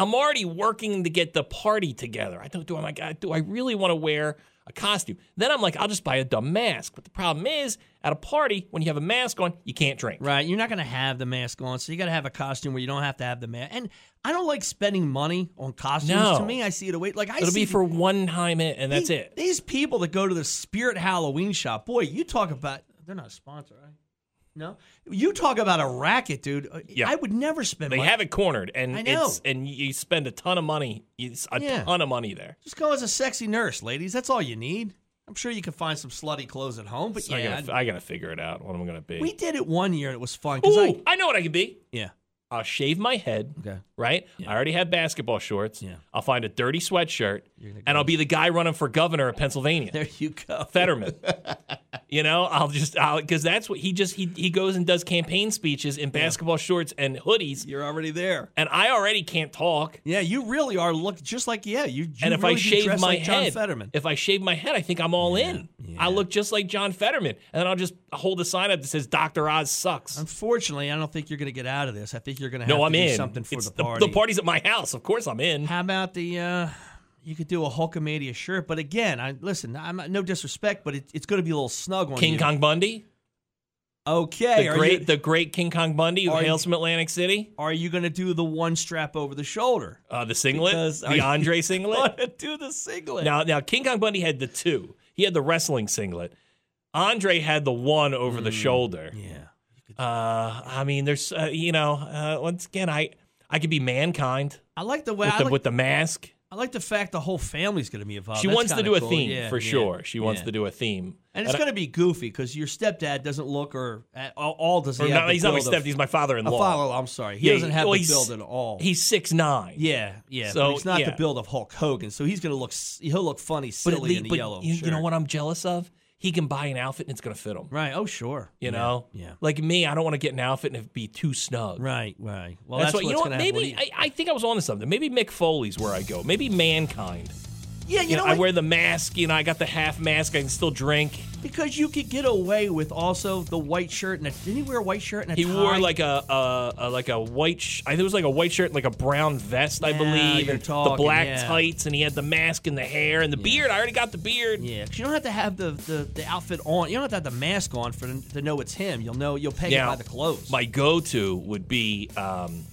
[SPEAKER 2] I'm already working to get the party together. I don't do. I'm like, I- do I really want to wear a costume? Then I'm like, I'll just buy a dumb mask. But the problem is, at a party, when you have a mask on, you can't drink.
[SPEAKER 1] Right, you're not going to have the mask on, so you got to have a costume where you don't have to have the mask. And I don't like spending money on costumes.
[SPEAKER 2] No.
[SPEAKER 1] To me, I see it away. Like I
[SPEAKER 2] It'll
[SPEAKER 1] see
[SPEAKER 2] be for one time, it, and that's
[SPEAKER 1] these,
[SPEAKER 2] it.
[SPEAKER 1] These people that go to the Spirit Halloween shop, boy, you talk about they're not a sponsor, right? No, you talk about a racket, dude. Uh,
[SPEAKER 2] Yeah.
[SPEAKER 1] I would never spend.
[SPEAKER 2] They
[SPEAKER 1] money.
[SPEAKER 2] have it cornered, and
[SPEAKER 1] I
[SPEAKER 2] it's
[SPEAKER 1] know.
[SPEAKER 2] and you spend a ton of money. It's a
[SPEAKER 1] Yeah.
[SPEAKER 2] ton of money there.
[SPEAKER 1] Just go as a sexy nurse, ladies. That's all you need. I'm sure you can find some slutty clothes at home, but
[SPEAKER 2] So I
[SPEAKER 1] yeah,
[SPEAKER 2] gotta, I gotta figure it out what I'm gonna be.
[SPEAKER 1] we did it one year and it was fun. 'cause
[SPEAKER 2] Ooh,
[SPEAKER 1] I,
[SPEAKER 2] I know what I can be.
[SPEAKER 1] yeah,
[SPEAKER 2] I'll shave my head.
[SPEAKER 1] Okay.
[SPEAKER 2] Right? I already have basketball shorts.
[SPEAKER 1] Yeah.
[SPEAKER 2] I'll find a dirty sweatshirt
[SPEAKER 1] gonna
[SPEAKER 2] and I'll be the guy running for governor of Pennsylvania.
[SPEAKER 1] there you go.
[SPEAKER 2] Fetterman. you know, I'll just I'll cuz that's what he just he he goes and does campaign speeches in basketball shorts and hoodies
[SPEAKER 1] You're already there.
[SPEAKER 2] and I already can't talk.
[SPEAKER 1] Yeah, you really are look just like yeah. You, you
[SPEAKER 2] and if
[SPEAKER 1] really
[SPEAKER 2] I
[SPEAKER 1] do
[SPEAKER 2] shave
[SPEAKER 1] dress
[SPEAKER 2] my
[SPEAKER 1] like
[SPEAKER 2] head,
[SPEAKER 1] John Fetterman.
[SPEAKER 2] if I shave my head, I think I'm all in. I look just like John Fetterman, and then I'll just hold a sign up that says "Dr. Oz sucks."
[SPEAKER 1] Unfortunately, I don't think you're going to get out of this. I think you're going to have
[SPEAKER 2] no,
[SPEAKER 1] to
[SPEAKER 2] I'm
[SPEAKER 1] do
[SPEAKER 2] in.
[SPEAKER 1] something for
[SPEAKER 2] It's
[SPEAKER 1] the party.
[SPEAKER 2] The party's at my house. Of course, I'm in.
[SPEAKER 1] How about the? uh You could do a Hulkamania shirt, but again, I listen. I'm no disrespect, but it, it's going to be a little snug on
[SPEAKER 2] King
[SPEAKER 1] you.
[SPEAKER 2] Kong Bundy.
[SPEAKER 1] Okay,
[SPEAKER 2] the
[SPEAKER 1] are
[SPEAKER 2] great,
[SPEAKER 1] you,
[SPEAKER 2] the great King Kong Bundy, who
[SPEAKER 1] Are
[SPEAKER 2] hails
[SPEAKER 1] you-
[SPEAKER 2] from Atlantic City.
[SPEAKER 1] are you going to do the one strap over the shoulder?
[SPEAKER 2] Uh, the singlet,
[SPEAKER 1] Because- are
[SPEAKER 2] the
[SPEAKER 1] you-
[SPEAKER 2] Andre singlet.
[SPEAKER 1] to do the singlet?
[SPEAKER 2] now, now King Kong Bundy had the two. He had the wrestling singlet. Andre had the one over the shoulder.
[SPEAKER 1] Mm. yeah,
[SPEAKER 2] Uh, I mean, there's, uh, you know, uh, once again, I, I could be mankind
[SPEAKER 1] I like the way
[SPEAKER 2] with
[SPEAKER 1] I,
[SPEAKER 2] the,
[SPEAKER 1] like,
[SPEAKER 2] with the mask.
[SPEAKER 1] I like the fact the whole family's going to be involved.
[SPEAKER 2] She
[SPEAKER 1] Oh, That's
[SPEAKER 2] wants to
[SPEAKER 1] kinda
[SPEAKER 2] do a
[SPEAKER 1] cool.
[SPEAKER 2] theme
[SPEAKER 1] Yeah,
[SPEAKER 2] for
[SPEAKER 1] yeah,
[SPEAKER 2] sure. She wants
[SPEAKER 1] yeah.
[SPEAKER 2] to do a theme.
[SPEAKER 1] And it's going to be goofy because your stepdad doesn't look or at all, all does he
[SPEAKER 2] Or
[SPEAKER 1] have
[SPEAKER 2] not,
[SPEAKER 1] the
[SPEAKER 2] he's not my
[SPEAKER 1] build of-
[SPEAKER 2] step. He's my father-in-law.
[SPEAKER 1] a follow. I'm sorry, he
[SPEAKER 2] Yeah,
[SPEAKER 1] doesn't have
[SPEAKER 2] well,
[SPEAKER 1] the
[SPEAKER 2] he's-
[SPEAKER 1] build at all.
[SPEAKER 2] He's six nine.
[SPEAKER 1] yeah, yeah.
[SPEAKER 2] So,
[SPEAKER 1] but he's not
[SPEAKER 2] yeah.
[SPEAKER 1] the build of Hulk Hogan, so he's going to look s- he'll look funny,
[SPEAKER 2] but
[SPEAKER 1] silly
[SPEAKER 2] at least,
[SPEAKER 1] in the
[SPEAKER 2] but
[SPEAKER 1] yellow.
[SPEAKER 2] you, you know
[SPEAKER 1] shirt.
[SPEAKER 2] what I'm jealous of? He can buy an outfit and it's going to fit him.
[SPEAKER 1] Right? Oh, sure.
[SPEAKER 2] You know,
[SPEAKER 1] Yeah.
[SPEAKER 2] Like me, I don't want to get an outfit and it be too snug.
[SPEAKER 1] Right. Right. Well,
[SPEAKER 2] That's,
[SPEAKER 1] that's,
[SPEAKER 2] what you know.
[SPEAKER 1] what's
[SPEAKER 2] What,
[SPEAKER 1] gonna happen.
[SPEAKER 2] maybe
[SPEAKER 1] What do
[SPEAKER 2] I, I think I was on to something. Maybe Mick Foley's where I go. Maybe mankind.
[SPEAKER 1] you- yeah, you,
[SPEAKER 2] You know,
[SPEAKER 1] know,
[SPEAKER 2] I
[SPEAKER 1] what?
[SPEAKER 2] wear the mask. You know, I got the half mask. I can still drink.
[SPEAKER 1] because you could get away with also the white shirt and a, didn't he wear a white shirt and a
[SPEAKER 2] He
[SPEAKER 1] tie?
[SPEAKER 2] wore like a, a, a like a white. Sh- I think it was like a white shirt, and like a brown vest, I
[SPEAKER 1] Now
[SPEAKER 2] believe,
[SPEAKER 1] you're
[SPEAKER 2] and the
[SPEAKER 1] talking,
[SPEAKER 2] black
[SPEAKER 1] yeah.
[SPEAKER 2] tights, and he had the mask and the hair and the beard. I already got the beard.
[SPEAKER 1] Yeah, 'cause you don't have to have the, the, the outfit on. You don't have to have the mask on for to know it's him. You'll know you'll peg
[SPEAKER 2] Now,
[SPEAKER 1] it by the clothes.
[SPEAKER 2] My go-to would be um,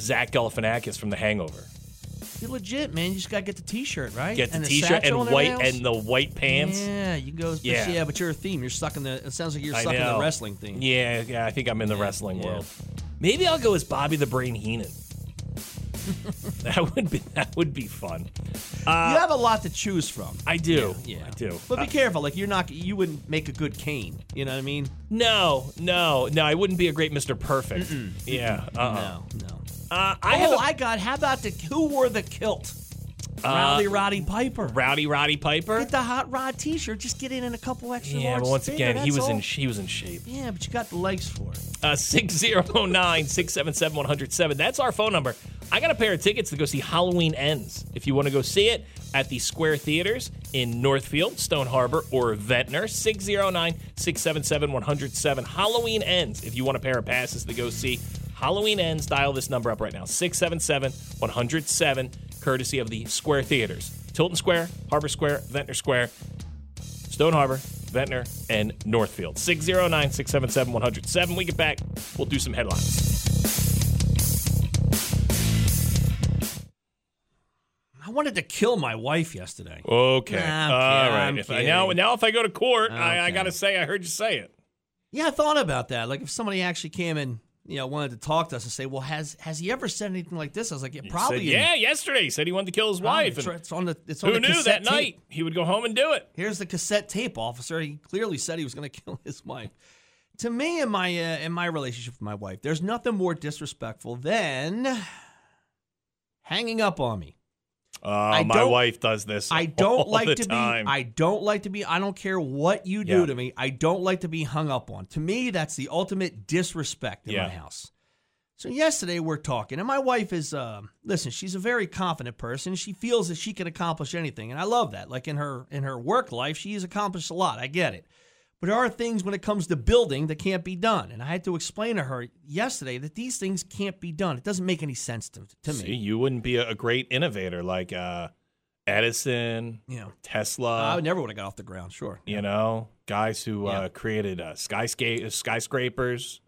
[SPEAKER 2] Zach Galifianakis from The Hangover.
[SPEAKER 1] You're legit, man. You just gotta get the T-shirt right.
[SPEAKER 2] Get the
[SPEAKER 1] and
[SPEAKER 2] t-shirt
[SPEAKER 1] satchel
[SPEAKER 2] and
[SPEAKER 1] everything
[SPEAKER 2] white
[SPEAKER 1] else?
[SPEAKER 2] and the white pants.
[SPEAKER 1] Yeah, you can go. but
[SPEAKER 2] Yeah.
[SPEAKER 1] Yeah. but you're a theme. You're stuck in the. It sounds like you're
[SPEAKER 2] I
[SPEAKER 1] stuck in
[SPEAKER 2] know.
[SPEAKER 1] the wrestling theme.
[SPEAKER 2] Yeah, yeah, I think I'm in the wrestling
[SPEAKER 1] yeah.
[SPEAKER 2] world. Maybe I'll go as Bobby the Brain Heenan. that would be that would be fun.
[SPEAKER 1] you have a lot to choose from.
[SPEAKER 2] I do.
[SPEAKER 1] Yeah,
[SPEAKER 2] I do.
[SPEAKER 1] But be careful. Like you're not. You wouldn't make a good cane. You know what I mean?
[SPEAKER 2] No, no, no. I wouldn't be a great Mr. Perfect. Yeah. Uh-uh.
[SPEAKER 1] No, no.
[SPEAKER 2] Uh, I
[SPEAKER 1] oh,
[SPEAKER 2] have. a- Uh,
[SPEAKER 1] I got. How about the who wore the kilt? Rowdy Roddy Piper.
[SPEAKER 2] Rowdy Roddy Piper.
[SPEAKER 1] Get the hot rod T-shirt. Just get in in a couple extra.
[SPEAKER 2] Yeah,
[SPEAKER 1] large
[SPEAKER 2] but once
[SPEAKER 1] figure,
[SPEAKER 2] again, he
[SPEAKER 1] that's
[SPEAKER 2] was in
[SPEAKER 1] all.
[SPEAKER 2] sh- he was in shape.
[SPEAKER 1] yeah, but you got the legs for it.
[SPEAKER 2] Uh, 609 677 107. That's our phone number. I got a pair of tickets to go see Halloween Ends. If you want to go see it at the Square Theaters in Northfield, Stone Harbor, or Ventnor, 609 677 107. Halloween Ends. If you want a pair of passes to go see Halloween Ends, dial this number up right now 677 107, courtesy of the Square Theaters. Tilton Square, Harbor Square, Ventnor Square. Stone Harbor, Ventnor, and Northfield. 609 677 107. We get back, we'll do some headlines.
[SPEAKER 1] I wanted to kill my wife yesterday.
[SPEAKER 2] Okay.
[SPEAKER 1] Nah, I'm
[SPEAKER 2] All
[SPEAKER 1] kidding,
[SPEAKER 2] right.
[SPEAKER 1] I'm
[SPEAKER 2] If I, now,
[SPEAKER 1] kidding.
[SPEAKER 2] now, if I go to court, I, I
[SPEAKER 1] Okay.
[SPEAKER 2] got to say, I heard you say it.
[SPEAKER 1] Yeah, I thought about that. Like if somebody actually came and you know wanted to talk to us and say, "Well, has has he ever said anything like this?" I was like, "Yeah,
[SPEAKER 2] You
[SPEAKER 1] probably."
[SPEAKER 2] said,
[SPEAKER 1] in-
[SPEAKER 2] yeah, yesterday. He said he wanted to kill his
[SPEAKER 1] probably.
[SPEAKER 2] wife.
[SPEAKER 1] It's,
[SPEAKER 2] And
[SPEAKER 1] it's on the. It's on
[SPEAKER 2] who
[SPEAKER 1] the
[SPEAKER 2] knew
[SPEAKER 1] cassette
[SPEAKER 2] that
[SPEAKER 1] tape.
[SPEAKER 2] night he would go home and do it?
[SPEAKER 1] Here's the cassette tape, officer. He clearly said he was going to kill his wife. To me, in my uh, in my relationship with my wife, there's nothing more disrespectful than hanging up on me.
[SPEAKER 2] Oh,
[SPEAKER 1] my don't- wife
[SPEAKER 2] does this.
[SPEAKER 1] I don't like to be. I don't like to be. I don't care what you do
[SPEAKER 2] Yeah.
[SPEAKER 1] to me. I don't like to be hung up on. To me, that's the ultimate disrespect in
[SPEAKER 2] Yeah.
[SPEAKER 1] my house. So yesterday we're talking, and my wife is. um listen, she's a very confident person. She feels that she can accomplish anything, and I love that. Like in her in her work life, she's accomplished a lot. I get it. But there are things when it comes to building that can't be done. And I had to explain to her yesterday that these things can't be done. It doesn't make any sense to, to
[SPEAKER 2] See,
[SPEAKER 1] me.
[SPEAKER 2] you wouldn't be a, a great innovator like uh, Edison,
[SPEAKER 1] You know,
[SPEAKER 2] Tesla.
[SPEAKER 1] I never would have got off the ground, sure.
[SPEAKER 2] you know guys who
[SPEAKER 1] Yeah.
[SPEAKER 2] uh, created uh, skysca- uh, skyscrapers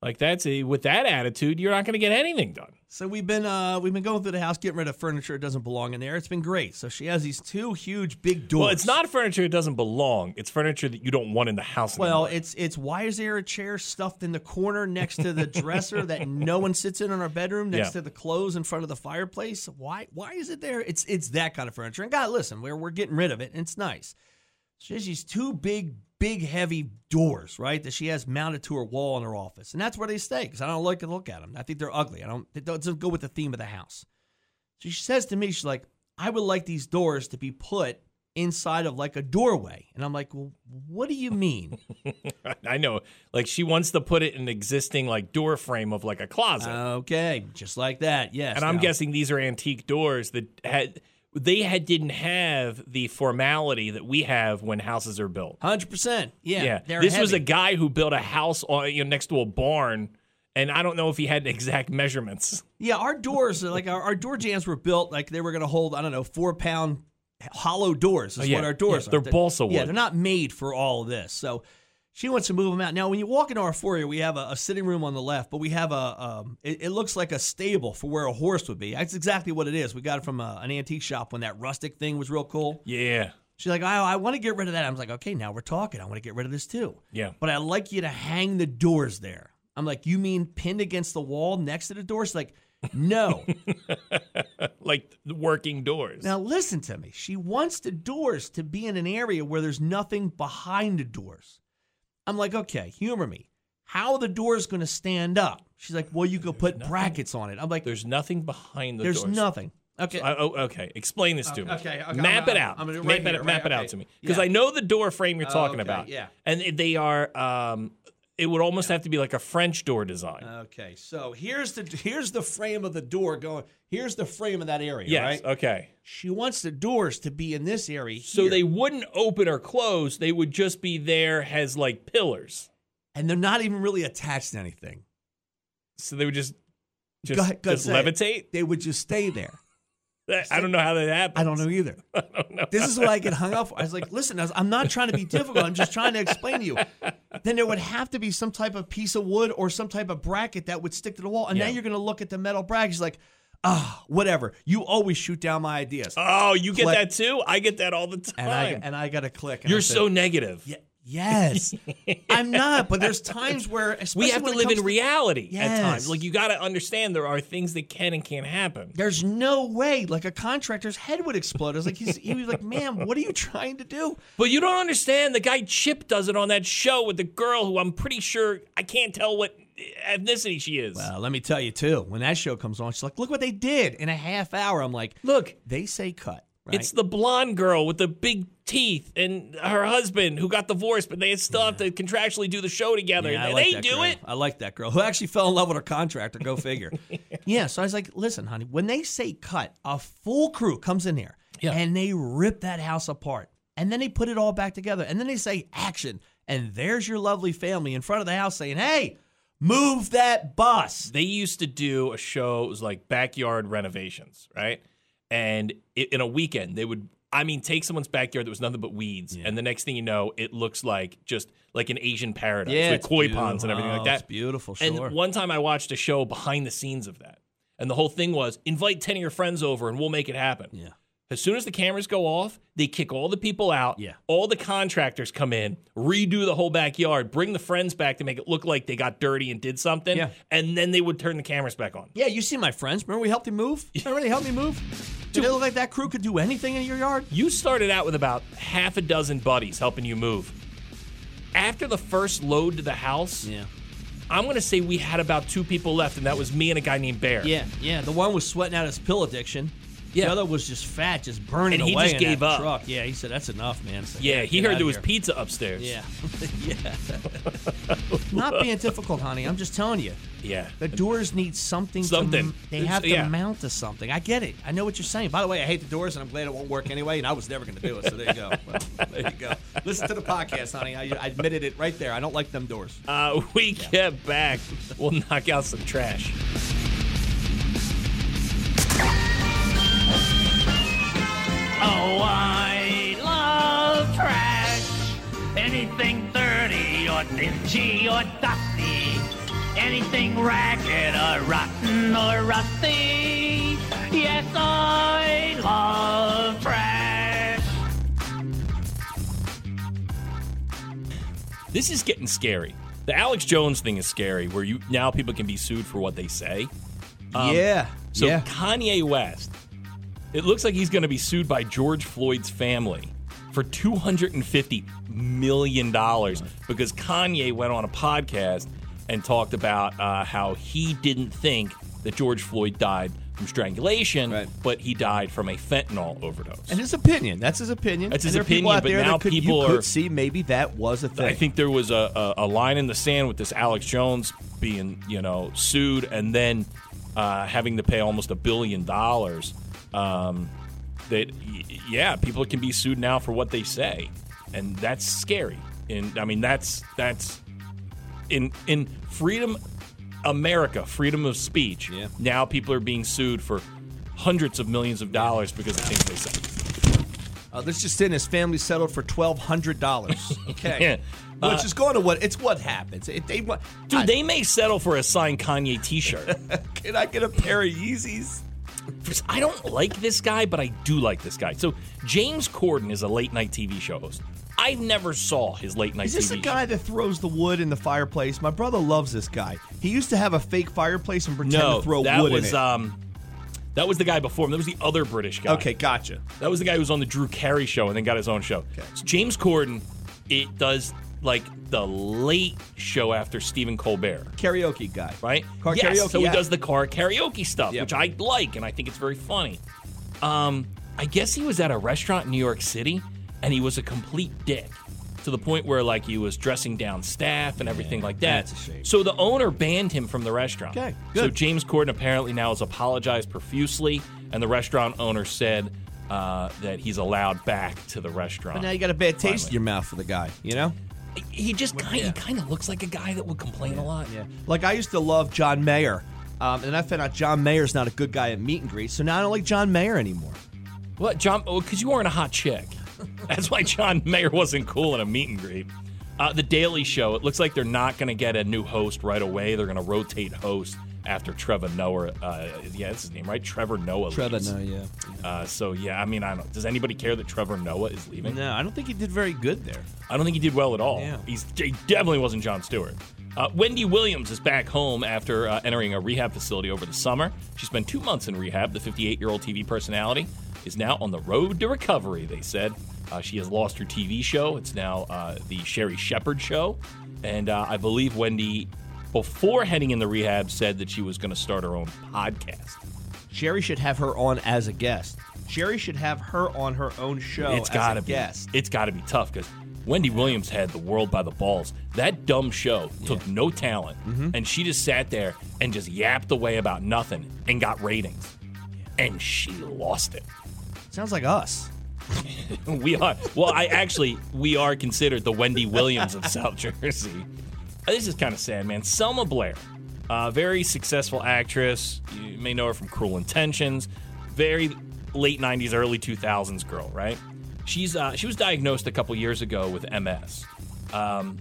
[SPEAKER 2] like that's a, with that attitude you're not going to get anything done
[SPEAKER 1] So we've been uh we've been going through the house getting rid of furniture that doesn't belong in there. It's been great. So she has these two huge big doors.
[SPEAKER 2] well it's not furniture that doesn't belong it's furniture that you don't want in the house
[SPEAKER 1] Well,
[SPEAKER 2] anymore.
[SPEAKER 1] it's it's why is there a chair stuffed in the corner next to the dresser that no one sits in in our bedroom next
[SPEAKER 2] Yeah.
[SPEAKER 1] to the clothes in front of the fireplace? Why why is it there? It's it's that kind of furniture. And God, listen, we're we're getting rid of it and it's nice. She has these two big big heavy doors, right? That she has mounted to her wall in her office. And that's where they stay cuz I don't like to look at them. I think they're ugly. I don't it doesn't go with the theme of the house. So she says to me, she's like, I would like these doors to be put inside of like a doorway. And I'm like, well, what do you mean?
[SPEAKER 2] i know like she wants to put it in an existing like door frame of like a closet
[SPEAKER 1] Uh, Okay, just like that. Yes.
[SPEAKER 2] and i'm
[SPEAKER 1] Now,
[SPEAKER 2] guessing these are antique doors that had they had didn't have the formality that we have when houses are built
[SPEAKER 1] 100%. Yeah.
[SPEAKER 2] Yeah,
[SPEAKER 1] they're
[SPEAKER 2] this was a
[SPEAKER 1] heavy.
[SPEAKER 2] guy who built a house on, you know, next to a barn, and I don't know if he had exact measurements.
[SPEAKER 1] Yeah, our doors, like our, our door jams were built like they were going to hold, I don't know, four pound hollow doors is
[SPEAKER 2] Oh, yeah,
[SPEAKER 1] what our doors
[SPEAKER 2] yeah,
[SPEAKER 1] are.
[SPEAKER 2] they're balsa
[SPEAKER 1] Yeah,
[SPEAKER 2] wood.
[SPEAKER 1] they're not made for all of this. So she wants to move them out. Now, when you walk into our foyer, we have a, a sitting room on the left, but we have a, um, it, it looks like a stable for where a horse would be. That's exactly what it is. We got it from a, an antique shop when that rustic thing was real cool.
[SPEAKER 2] Yeah,
[SPEAKER 1] She's like, "Oh, I, I want to get rid of that. I was like, okay, now we're talking. I want to get rid of this too.
[SPEAKER 2] Yeah.
[SPEAKER 1] But I'd like you to hang the doors there. I'm like, you mean pinned against the wall next to the door? She's like, no.
[SPEAKER 2] like the working doors.
[SPEAKER 1] now listen to me. She wants the doors to be in an area where there's nothing behind the doors. I'm like, okay, humor me. How are the doors going to stand up? She's like, well, you could put brackets on it. I'm like, there's,
[SPEAKER 2] There's nothing behind the doors.
[SPEAKER 1] nothing. Okay.
[SPEAKER 2] I- oh, okay. Explain this to me.
[SPEAKER 1] Oh, okay, okay, I'm
[SPEAKER 2] Map it
[SPEAKER 1] gonna-
[SPEAKER 2] out.
[SPEAKER 1] I'm gonna do it
[SPEAKER 2] map
[SPEAKER 1] right
[SPEAKER 2] it,
[SPEAKER 1] here,
[SPEAKER 2] map
[SPEAKER 1] right,
[SPEAKER 2] it out
[SPEAKER 1] okay.
[SPEAKER 2] to me because
[SPEAKER 1] Yeah.
[SPEAKER 2] I know the door frame you're talking
[SPEAKER 1] okay,
[SPEAKER 2] about.
[SPEAKER 1] yeah.
[SPEAKER 2] and they are. Um, it would almost have to be like a French door design.
[SPEAKER 1] okay. So here's the here's the frame of the door going. Here's the frame of that area.
[SPEAKER 2] yes.
[SPEAKER 1] Right?
[SPEAKER 2] Okay.
[SPEAKER 1] She wants the doors to be in this area.
[SPEAKER 2] So
[SPEAKER 1] here.
[SPEAKER 2] they wouldn't open or close. They would just be there as like pillars.
[SPEAKER 1] and they're not even really attached to anything.
[SPEAKER 2] So they would just
[SPEAKER 1] Go
[SPEAKER 2] just,
[SPEAKER 1] ahead- go ahead,
[SPEAKER 2] just
[SPEAKER 1] say it.
[SPEAKER 2] levitate.
[SPEAKER 1] They would just stay there.
[SPEAKER 2] That- I don't know how that happened.
[SPEAKER 1] I don't know either. This is what I get hung up. For. I was like, listen, I was, I'm not trying to be difficult. I'm just trying to explain to you. Then there would have to be some type of piece of wood or some type of bracket that would stick to the wall. And now
[SPEAKER 2] Yeah.
[SPEAKER 1] you're going to look at the metal brackets like, ah, whatever. You always shoot down my ideas.
[SPEAKER 2] Oh, you get
[SPEAKER 1] Click.
[SPEAKER 2] that too? I get that all the time.
[SPEAKER 1] and I and I got to click. and I
[SPEAKER 2] You're
[SPEAKER 1] said,
[SPEAKER 2] so negative.
[SPEAKER 1] "Ye- yes. I'm not, but there's times where
[SPEAKER 2] we
[SPEAKER 1] especially
[SPEAKER 2] have to
[SPEAKER 1] when it
[SPEAKER 2] live in
[SPEAKER 1] comes
[SPEAKER 2] reality at times.
[SPEAKER 1] Yes.
[SPEAKER 2] Like you got to understand there are things that can and can't happen.
[SPEAKER 1] There's no way, like a contractor's head would explode. I was like, he's, he was like, "Ma'am, what are you trying to do?"
[SPEAKER 2] But you don't understand. The guy Chip does it on that show with the girl who I'm pretty sure I can't tell what ethnicity she is.
[SPEAKER 1] Uh, let me tell you too. When that show comes on, she's like, "Look what they did in a half hour." I'm like,
[SPEAKER 2] Look,
[SPEAKER 1] "They say cut." Right?
[SPEAKER 2] It's the blonde girl with the big teeth and her husband who got divorced, but they still have to contractually do the show together.
[SPEAKER 1] Yeah, I
[SPEAKER 2] they
[SPEAKER 1] like
[SPEAKER 2] they
[SPEAKER 1] that
[SPEAKER 2] do
[SPEAKER 1] girl.
[SPEAKER 2] it.
[SPEAKER 1] I like that girl who actually fell in love with her contractor. Go figure. yeah. So I was like, listen, honey, when they say cut, a full crew comes in here
[SPEAKER 2] Yeah.
[SPEAKER 1] and they rip that house apart and then they put it all back together and then they say action and there's your lovely family in front of the house saying, hey, move that bus.
[SPEAKER 2] They used to do a show, it was like backyard renovations, right? And i in a weekend, they would, I mean, take someone's backyard that was nothing but weeds. And the next thing you know, it looks like just like an Asian paradise with
[SPEAKER 1] it's
[SPEAKER 2] koi
[SPEAKER 1] beautiful.
[SPEAKER 2] ponds and everything
[SPEAKER 1] Oh,
[SPEAKER 2] like that.
[SPEAKER 1] It's beautiful.
[SPEAKER 2] And
[SPEAKER 1] Sure.
[SPEAKER 2] one time I watched a show behind the scenes of that. And the whole thing was invite 10 of your friends over and we'll make it happen.
[SPEAKER 1] Yeah.
[SPEAKER 2] As soon as the cameras go off, they kick all the people out.
[SPEAKER 1] Yeah.
[SPEAKER 2] All the contractors come in, redo the whole backyard, bring the friends back to make it look like they got dirty and did something.
[SPEAKER 1] Yeah.
[SPEAKER 2] And then they would turn the cameras back on.
[SPEAKER 1] yeah, you see my friends. Remember we helped him move? Remember they helped me move? Did it look like that crew could do anything in your yard?
[SPEAKER 2] You started out with about half a dozen buddies helping you move. After the first load to the house, I'm going to say we had about two people left, and that was me and a guy named Bear.
[SPEAKER 1] Yeah, yeah. The one was sweating out his pill addiction.
[SPEAKER 2] Yeah.
[SPEAKER 1] The other was just fat, just burning
[SPEAKER 2] And he
[SPEAKER 1] away
[SPEAKER 2] just
[SPEAKER 1] in
[SPEAKER 2] gave
[SPEAKER 1] that
[SPEAKER 2] up.
[SPEAKER 1] truck. Yeah, he said that's enough, man. It's like,
[SPEAKER 2] Yeah, he
[SPEAKER 1] get
[SPEAKER 2] heard
[SPEAKER 1] outta
[SPEAKER 2] there was
[SPEAKER 1] here.
[SPEAKER 2] pizza upstairs.
[SPEAKER 1] Yeah, yeah. Not being difficult, honey. I'm just telling you.
[SPEAKER 2] Yeah.
[SPEAKER 1] The doors need something. to
[SPEAKER 2] Something.
[SPEAKER 1] m- they
[SPEAKER 2] It's-
[SPEAKER 1] have to
[SPEAKER 2] yeah.
[SPEAKER 1] mount to something. I get it. I know what you're saying. By the way, I hate the doors, and I'm glad it won't work anyway. And I was never going to do it. So there you go. Well, there you go. Listen to the podcast, honey. I, I admitted it right there. I don't like them doors.
[SPEAKER 2] Uh, we get back. We'll knock out some trash.
[SPEAKER 6] Oh, I love trash. Anything dirty or dingy or dusty. Anything ragged or rotten or rusty. Yes, I love trash.
[SPEAKER 2] This is getting scary. The Alex Jones thing is scary, where you now people can be sued for what they say.
[SPEAKER 1] yeah.
[SPEAKER 2] So
[SPEAKER 1] yeah.
[SPEAKER 2] Kanye West, it looks like he's going to be sued by George Floyd's family for two hundred and fifty million dollars because Kanye went on a podcast and talked about uh, how he didn't think that George Floyd died from strangulation,
[SPEAKER 1] Right.
[SPEAKER 2] but he died from a fentanyl overdose.
[SPEAKER 1] And his opinion. That's his opinion.
[SPEAKER 2] That's his
[SPEAKER 1] and there are people
[SPEAKER 2] opinion,
[SPEAKER 1] out
[SPEAKER 2] but
[SPEAKER 1] there that
[SPEAKER 2] now
[SPEAKER 1] could, you
[SPEAKER 2] people are-
[SPEAKER 1] could see maybe that was a thing.
[SPEAKER 2] I think there was a, a, a line in the sand with this Alex Jones being, you know, sued and then uh, having to pay almost a billion dollars. Um, that y- yeah, people can be sued now for what they say, and that's scary. And I mean, that's that's in in freedom, America, freedom of speech.
[SPEAKER 1] Yeah.
[SPEAKER 2] Now people are being sued for hundreds of millions of dollars because of things they say.
[SPEAKER 1] Uh, this just in, his family settled for twelve hundred dollars. Okay,
[SPEAKER 2] Yeah. Uh,
[SPEAKER 1] which is going to what? It's what happens. It, they want,
[SPEAKER 2] Dude,
[SPEAKER 1] I-
[SPEAKER 2] they may settle for a signed Kanye T-shirt.
[SPEAKER 1] can I get a pair of Yeezys?
[SPEAKER 2] First, I don't like this guy, but I do like this guy. So James Corden is a late night TV show host. I never saw his late night
[SPEAKER 1] Is this the
[SPEAKER 2] TV
[SPEAKER 1] guy
[SPEAKER 2] show.
[SPEAKER 1] that throws the wood in the fireplace? My brother loves this guy. He used to have a fake fireplace and pretend
[SPEAKER 2] No,
[SPEAKER 1] to throw
[SPEAKER 2] that
[SPEAKER 1] wood
[SPEAKER 2] was
[SPEAKER 1] in it.
[SPEAKER 2] um, that was the guy before him. That was the other British guy.
[SPEAKER 1] okay, gotcha.
[SPEAKER 2] that was the guy who was on the Drew Carey show and then got his own show.
[SPEAKER 1] Okay.
[SPEAKER 2] So James Corden, it does like the late show after Stephen Colbert.
[SPEAKER 1] Karaoke guy,
[SPEAKER 2] right?
[SPEAKER 1] Car
[SPEAKER 2] yes,
[SPEAKER 1] karaoke.
[SPEAKER 2] so
[SPEAKER 1] yeah.
[SPEAKER 2] he does the car karaoke stuff,
[SPEAKER 1] Yep.
[SPEAKER 2] which I like and I think it's very funny. Um, I guess he was at a restaurant in New York City and he was a complete dick to the point where like he was dressing down staff and everything like that.
[SPEAKER 1] that's a shame.
[SPEAKER 2] So the owner banned him from the restaurant.
[SPEAKER 1] Okay,
[SPEAKER 2] So
[SPEAKER 1] good.
[SPEAKER 2] James Corden apparently now has apologized profusely and the restaurant owner said uh, that he's allowed back to the restaurant.
[SPEAKER 1] But now you got a bad taste
[SPEAKER 2] Finally.
[SPEAKER 1] in your mouth for the guy. You know.
[SPEAKER 2] he just kind he kind of looks like a guy that would complain a lot.
[SPEAKER 1] Yeah. Like I used to love John Mayer, um, and I found out John Mayer's not a good guy at meet and greet, so now I don't like John Mayer anymore.
[SPEAKER 2] What, John? Oh, because you weren't a hot chick. That's why John Mayer wasn't cool in a meet and greet. Uh, the Daily Show. It looks like they're not going to get a new host right away. They're going to rotate hosts after Trevor Noah. Uh, yeah, that's his name, right? Trevor Noah. leaves.
[SPEAKER 1] yeah.
[SPEAKER 2] Uh, so yeah, I mean, I don't. Does anybody care that Trevor Noah is leaving?
[SPEAKER 1] No, I don't think he did very good there.
[SPEAKER 2] I don't think he did well at all.
[SPEAKER 1] Yeah.
[SPEAKER 2] He's he definitely wasn't John Stewart. Uh, Wendy Williams is back home after uh, entering a rehab facility over the summer. She spent two months in rehab. The 58 year old TV personality is now on the road to recovery, they said. Uh, she has lost her TV show. It's now uh, the Sherry Shepherd show. And uh, I believe Wendy before heading into rehab, said that she was going to start her own podcast.
[SPEAKER 1] Sherry should have her on as a guest. Sherry should have her on her own show.
[SPEAKER 2] it's
[SPEAKER 1] as
[SPEAKER 2] gotta
[SPEAKER 1] a
[SPEAKER 2] be.
[SPEAKER 1] guest.
[SPEAKER 2] It's gotta be tough because Wendy Williams had the world by the balls. That dumb show took no talent, and she just sat there and just yapped away about nothing and got ratings, and she lost it.
[SPEAKER 1] Sounds like us.
[SPEAKER 2] We are well. I actually we are considered the Wendy Williams of South Jersey. This is kind of sad, man. Selma Blair, uh, very successful actress. You may know her from Cruel Intentions. Very late '90s, early 2000s girl, right? She's uh, she was diagnosed a couple years ago with MS, um,